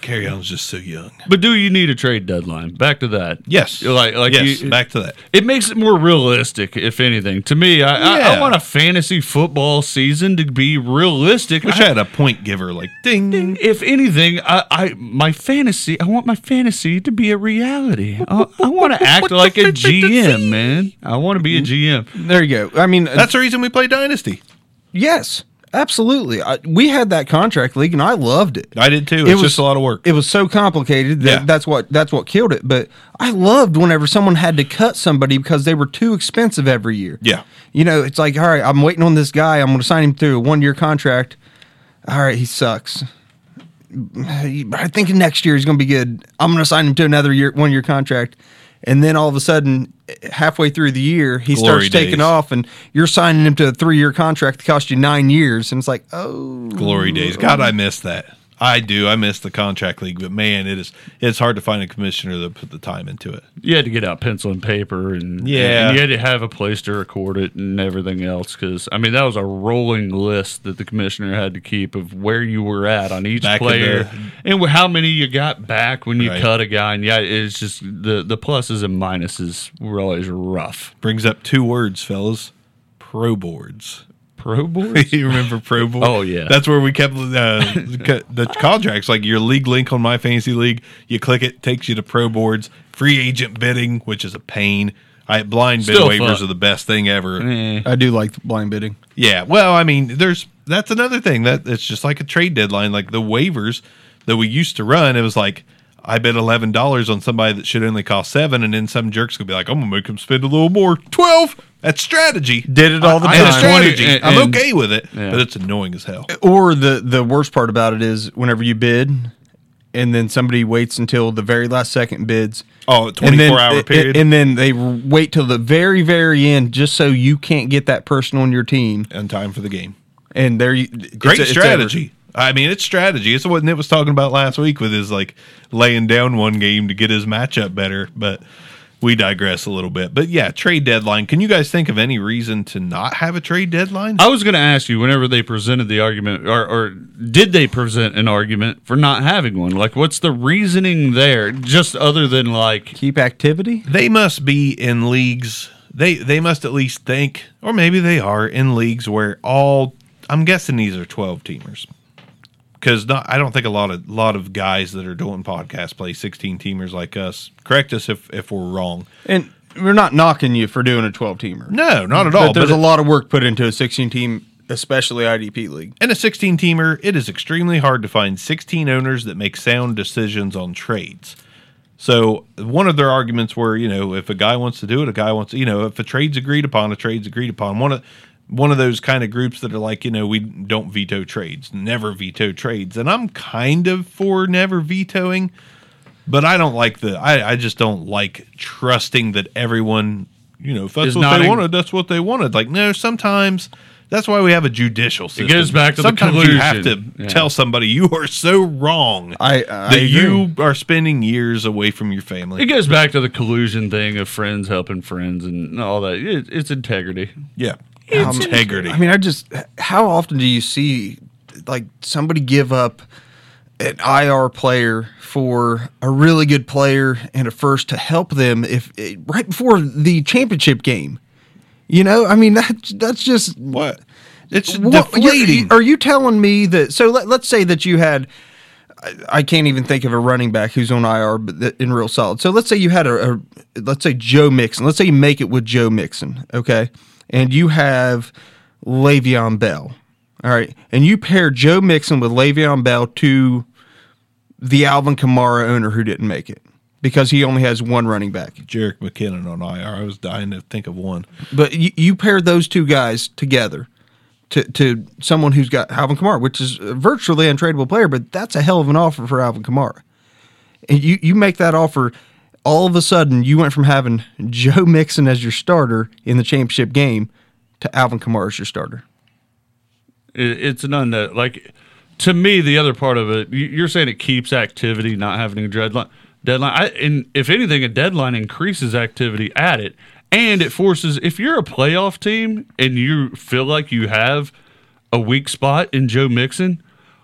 S1: Carry On's just so young.
S3: but do you need a trade deadline? Back to that.
S1: Yes.
S3: Like, like
S1: yes.
S3: you,
S1: back to that.
S3: It makes it more realistic, if anything. To me, I, I, I
S1: Yeah.
S3: want a fantasy football season to be realistic.
S1: Wish I had a point giver. Like ding. ding.
S3: if anything, I, I my fantasy, I want my fantasy to be a reality. I, I want to act like a GM, man. I want to be a GM.
S2: there you go. I mean,
S1: That's the reason we play Dynasty.
S2: yes, absolutely. I, we had that contract league, and I loved it.
S1: I did too. It's just a lot of work.
S2: It was so complicated that
S1: Yeah.
S2: that's what that's what killed it. But I loved whenever someone had to cut somebody because they were too expensive every year.
S1: Yeah.
S2: You know, it's like, all right, I'm waiting on this guy. I'm going to sign him through a one year contract. All right, he sucks. I think next year he's going to be good. I'm going to sign him to another year, one year contract. And then all of a sudden, halfway through the year, he
S1: Glory
S2: starts
S1: days.
S2: taking off, and you're signing him to a three year contract that cost you nine years. And it's like, oh,
S1: Glory days. God, I miss that. I do. I miss the contract league, but man, it is it's hard to find a commissioner that put the time into it.
S3: You had to get out pencil and paper, and
S1: Yeah.
S3: and you had to have a place to record it and everything else. Because I mean, that was a rolling list that the commissioner had to keep of where you were at on each
S1: Back in
S3: player
S1: the-
S3: and wh- how many you got back when you
S1: Right.
S3: cut a guy. And yeah, it's just the the pluses and minuses were always rough.
S1: Brings up two words, fellas. Pro boards.
S3: Pro boards.
S1: you remember Pro Board?
S3: Oh, yeah.
S1: That's where we kept uh, the the contracts. Like your league link on my fantasy league, you click it, takes you to Pro Boards, free agent bidding, which is a pain. I blind bid
S3: Still
S1: waivers
S3: fun.
S1: are the best thing ever.
S2: I do like the blind bidding.
S1: Yeah. Well, I mean, there's that's another thing that it's just like a trade deadline. Like the waivers that we used to run, it was like I bet eleven dollars on somebody that should only cost seven, and then some jerks could be like, "I'm gonna make him spend a little more, twelve. That's strategy.
S2: Did it all the
S1: I had a
S2: time.
S1: strategy.
S3: And-
S1: I'm
S3: and-
S1: okay with it,
S3: Yeah.
S1: but it's annoying as hell.
S2: Or the the worst part about it is whenever you bid, and then somebody waits until the very last second bids.
S1: Oh, a
S2: and then-
S1: 24 hour period.
S2: and then they wait till the very very end just so you can't get that person on your team.
S1: and time for the game.
S2: And there, you,
S1: Great
S2: it's- it's
S1: strategy. I mean, it's strategy. It's what Nick was talking about last week with his like laying down one game to get his matchup better. But we digress a little bit. But yeah, trade deadline. Can you guys think of any reason to not have a trade deadline?
S2: Uh,
S3: I was going to ask you whenever they presented the argument, or, or did they present an argument for not having one? Like, what's the reasoning there? Just other than like,
S2: over. keep activity.
S1: they must be in leagues. They they must at least think, or maybe they are in leagues where all. I'm guessing these are 12 teamers. Because not, I don't think a lot of lot of guys that are doing podcasts play 16 teamers like us. Correct us if if we're wrong.
S2: And we're not knocking you for doing a twelve teamer.
S1: No, not at all.
S2: but there's
S1: but
S2: a lot of work put into a sixteen team, especially IDP league.
S1: In a 16 teamer, it is extremely hard to find 16 owners that make sound decisions on trades. So, one of their arguments were, you know, if a guy wants to do it, a guy wants, you know, if a trade's agreed upon, a trade's agreed upon. One of one of those kind of groups that are like, you know, we don't veto trades, never veto trades. And I'm kind of for never vetoing, but I don't like the I, I just don't like trusting that everyone, you know, if that's
S3: Is
S1: what
S3: not
S1: they
S3: in-
S1: wanted, that's what they wanted. Like, no, sometimes that's why we have a judicial system
S3: It goes back to the
S1: sometimes you have to
S3: collusion. Yeah.
S1: tell somebody you are so wrong
S2: I- I
S1: that
S2: agree.
S1: you are spending years away from your
S3: it
S1: family.
S3: goes back to the collusion thing of friends helping friends and all that. It, it's integrity.
S1: Yeah, integrity.
S2: I mean, I just how often do you see like somebody give up an IR player for a really good player and a first to help them if right before the championship game? You know, I mean that that's just
S1: what? It's
S2: what- you're-
S1: deflating.
S2: Are you telling me that? So let, let's say that you had I, I can't even think of a running back who's on IR, but that, in real solid. So let's say you had a, a, let's say Joe Mixon. Let's say you make it with Joe Mixon, okay, and you have Le'Veon Bell, all right, and you pair Joe Mixon with Le'Veon Bell to the Alvin Kamara owner who didn't make it because he only has one running back.
S1: Jarek McKinnon on IR. I was dying to think of one.
S2: But you, you pair those two guys together to, to someone who's got Alvin Kamara, which is a virtually untradeable player, but that's a hell of an offer for Alvin Kamara. And you, you make that offer, all of a sudden you went from having Joe Mixon as your starter in the championship game to Alvin Kamara as your starter.
S3: It, it's an unknown. Like to me, the other part of it, you- you're saying it keeps activity, not having a deadline. Deadline, I, and if anything, a deadline increases activity at it, and it forces. If you're a playoff team and you feel like you have a weak spot in Joe Mixon,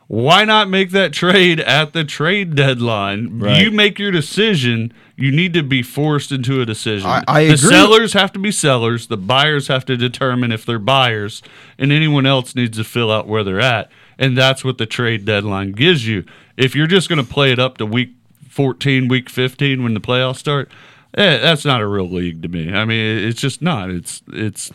S3: why not make that trade at the trade deadline?
S1: Right.
S3: You make your decision. You need to be forced into a decision.
S2: I- I
S3: the
S2: agree.
S3: sellers have to be sellers. The buyers have to determine if they're buyers, and anyone else needs to fill out where they're at. And that's what the trade deadline gives you. If you're just going to play it up to week 14, week 15 when the playoffs start, eh, that's not a real league to me. I mean, it- it's just not. It's it's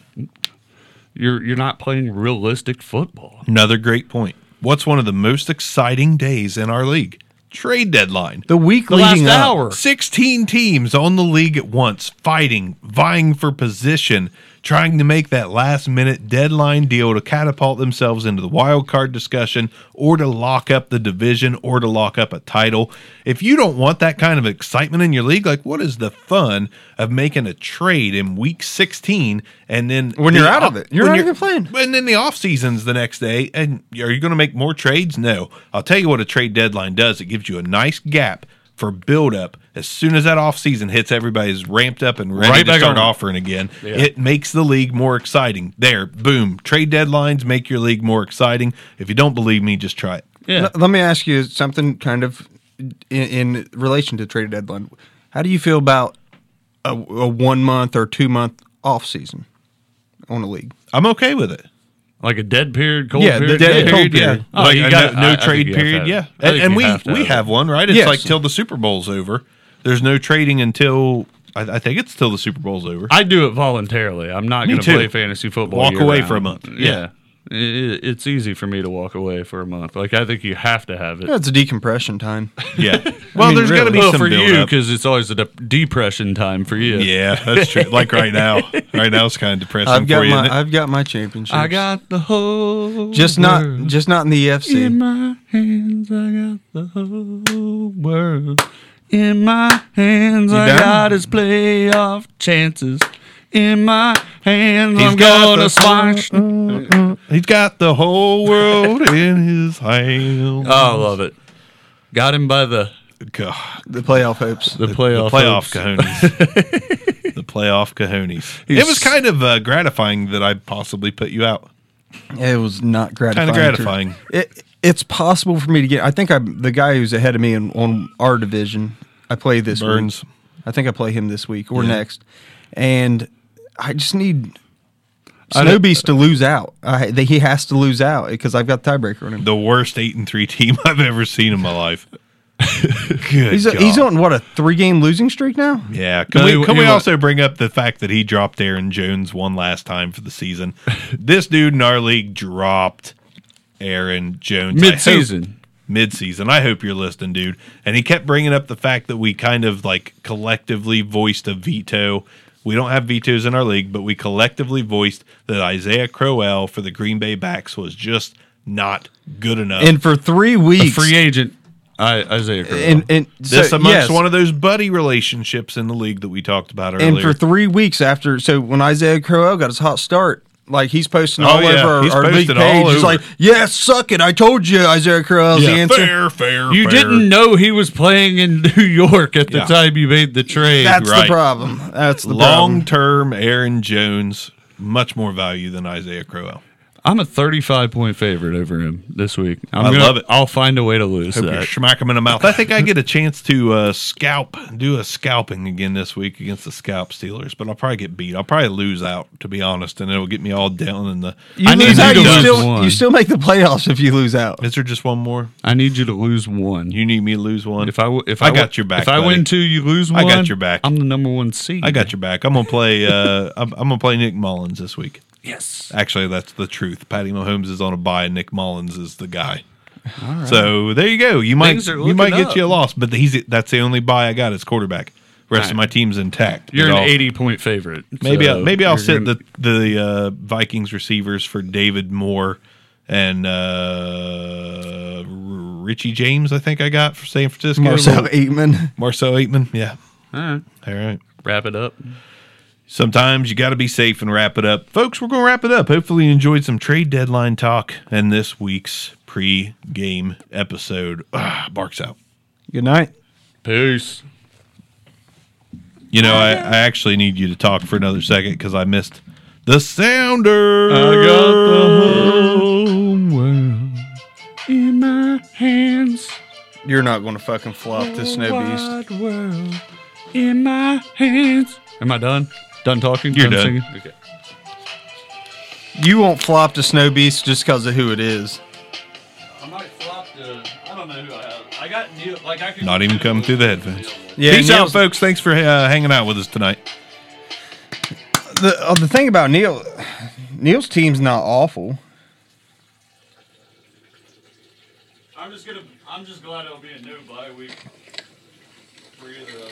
S3: you're you're not playing realistic football.
S1: Another great point. What's one of the most exciting days in our league? Trade deadline.
S2: The week
S3: The last
S2: leading up,
S3: hour.
S1: 16 teams on the league at once, fighting, vying for position, trying to make that last minute deadline deal to catapult themselves into the wild card discussion or to lock up the division or to lock up a title. If you don't want that kind of excitement in your league, like what is the fun of making a trade in week 16 and then
S2: When
S1: the
S2: you're out
S1: o-
S2: of it, you're
S1: when
S2: not even playing.
S1: and then the off season's the next day, and are you going to make more trades? No. I'll tell you what a trade deadline does. It gives you a nice gap for build up. As soon as that off season hits, everybody's ramped up and ready
S3: Right
S1: to
S3: back
S1: start
S3: on.
S1: offering again. It makes the league more exciting. There, boom. Trade deadlines make your league more exciting. If you don't believe me, just try it.
S3: Yeah.
S2: Let- let me ask you something kind of in, in relation to trade deadline. How do you feel about a, a one month or two month off season on a league?
S1: I'm okay with it.
S3: like a dead period, cold
S2: Yeah, the
S3: period,
S2: dead
S3: yeah.
S2: cold period.
S3: Oh,
S1: like
S3: you
S1: a
S3: gotta-
S1: no,
S3: I- I
S1: no
S3: think
S1: trade
S3: you have to
S1: period.
S3: have
S1: Yeah,
S3: it. I
S1: and,
S3: think
S1: and
S3: you
S1: we
S3: have to
S1: we have
S3: it.
S1: one right. It's
S2: Yes.
S1: like till the Super Bowl's over. There's no trading until I, I think it's till the Super Bowl's over.
S3: I do it voluntarily. I'm not
S1: Me
S3: going to
S1: too.
S3: play fantasy football.
S1: Walk
S3: year
S1: away
S3: round.
S1: for a month.
S3: Yeah. I- I- it's easy for me to walk away for a month. Like I think you have to have it.
S2: That's a decompression time.
S1: Yeah. Well,
S2: mean,
S1: there's got to
S2: really.
S1: be
S3: Well,
S1: some
S3: for you
S1: buildup.
S3: because it's always a de- depression time for you.
S1: Yeah, that's true. Like right now, right now it's kind of depressing
S2: I've
S1: for
S2: got
S1: you.
S2: my
S1: isn't it?
S2: I've got my championship.
S3: I got the whole
S2: just
S3: world
S2: not just not in the E EFC.
S3: in my hands. I got the whole world in my hands. I
S2: done?
S3: got his playoff chances in my hands.
S1: He's
S3: I'm
S1: got
S3: gonna
S1: the-
S3: smash.
S1: He's got the whole world in his hands.
S3: Oh, I love it. Got him by the
S1: God,
S2: The playoff hopes.
S3: the playoff.
S1: playoff
S3: hopes.
S1: cojones. the playoff cojones. It was kind of uh, gratifying that I possibly put you out.
S2: It was not gratifying.
S1: Kinda
S2: to-
S1: gratifying.
S2: It, it's possible for me to get. I think I the guy who's ahead of me in, on our division. I play this
S1: Burns.
S2: week. I think I play him this week or next, and I just need
S3: I don't-
S2: Snowbeast to lose out. I, that he has to lose out because I've got the tiebreaker on him.
S1: The worst eight and three team I've ever seen in my life. Good
S2: He's, a,
S1: God.
S2: he's on what a three game losing streak now.
S1: Yeah. Can
S3: No,
S1: we,
S3: he-
S1: can
S3: he
S1: we
S3: wa-
S1: also bring up the fact that he dropped Aaron Jones one last time for the season? this dude in our league dropped Aaron Jones I hope-
S3: Mid-season.
S1: Mid-season. I hope you're listening, dude. And he kept bringing up the fact that we kind of like collectively voiced a veto. We don't have vetoes in our league, but we collectively voiced that Isaiah Crowell for the Green Bay backs was just not good enough.
S2: And for three weeks,
S3: free agent I, Isaiah Crowell.
S2: and, and
S1: this
S2: so,
S1: amongst
S2: yes.
S1: one of those buddy relationships in the league that we talked about earlier.
S2: And for three weeks after, so when Isaiah Crowell got his hot start, like he's posting
S1: Oh,
S2: all
S1: yeah.
S2: over our,
S1: He's
S2: our league
S1: posted all
S2: page. He's
S1: over.
S2: like, "Yeah, suck it! I told you, Isaiah Crowell's the
S1: Yeah,
S2: answer."
S1: fair, fair.
S3: you
S1: fair.
S3: didn't know he was playing in New York at the
S1: Yeah.
S3: time you made the trade.
S2: That's
S1: right.
S2: the problem. That's the
S1: long
S2: long.
S1: term Aaron Jones much more value than Isaiah Crowell.
S3: I'm a 35 point favorite over him this week. I'm
S1: I
S3: gonna,
S1: love it.
S3: I'll find a way to lose
S1: Hope you
S3: that.
S1: smack him in the mouth. I think I get a chance to uh, scalp, do a scalping again this week against the scalp Steelers, but I'll probably get beat. I'll probably lose out, to be honest, and it'll get me all down in the.
S2: You
S3: I need
S2: lose
S3: you
S2: out,
S3: to
S2: you
S3: lose
S2: still
S3: one.
S2: you still make the playoffs if you lose out.
S1: Is there just one more?
S3: I need you to lose one.
S1: You need me to lose one?
S3: if I w- if
S1: I
S3: I w-
S1: got your back,
S3: If I
S1: buddy.
S3: win two, you lose
S1: I
S3: one.
S1: got your back.
S3: I'm the number one seed.
S1: I got your back. I'm gonna play. Uh, I'm, I'm gonna play Nick Mullins this week.
S3: yes.
S1: Actually, that's the truth. Patty Mahomes is on a bye. and Nick Mullins is the guy. So there you go. You might
S3: Things are
S1: you might
S3: looking
S1: get you a loss, but he's that's the only buy I got is quarterback. Rest of
S3: Alright.
S1: my team's intact.
S3: You're
S1: But
S3: an
S1: I'll-
S3: 80 point favorite.
S1: Maybe
S3: so
S1: I, maybe I'll
S3: you're
S1: sit
S3: gonna-
S1: the the uh, Vikings receivers for David Moore and uh, R- Richie James. I think I got for San Francisco.
S2: Marcel Aitman.
S1: Marcel Aitman. Yeah.
S3: All right.
S1: All right.
S3: Wrap it up.
S1: Sometimes you got to be safe and wrap it up. Folks, we're going to wrap it up. Hopefully, you enjoyed some trade deadline talk and this week's pre game episode. Ah, barks out.
S2: Good night.
S3: Peace.
S1: You know, I, I actually need you to talk for another second because I missed the sounder.
S3: I got the whole world in my hands.
S2: You're not going to fucking flop this snow beast.
S3: Wide world in my hands. Am I done? Done talking?
S1: You're done.
S3: singing? Okay.
S2: You won't flop to Snow Beast just because of who it is.
S3: I might flop to. I don't know who I have. I got Neil. Like I could
S1: Not even coming through the headphones.
S2: Yeah,
S1: Peace out,
S2: Neil's-
S1: folks. Thanks for uh, hanging out with us tonight.
S2: The, uh, the thing about Neil, Neil's team's not awful.
S3: I'm just gonna. I'm just glad it'll be a new bye week. For either of us.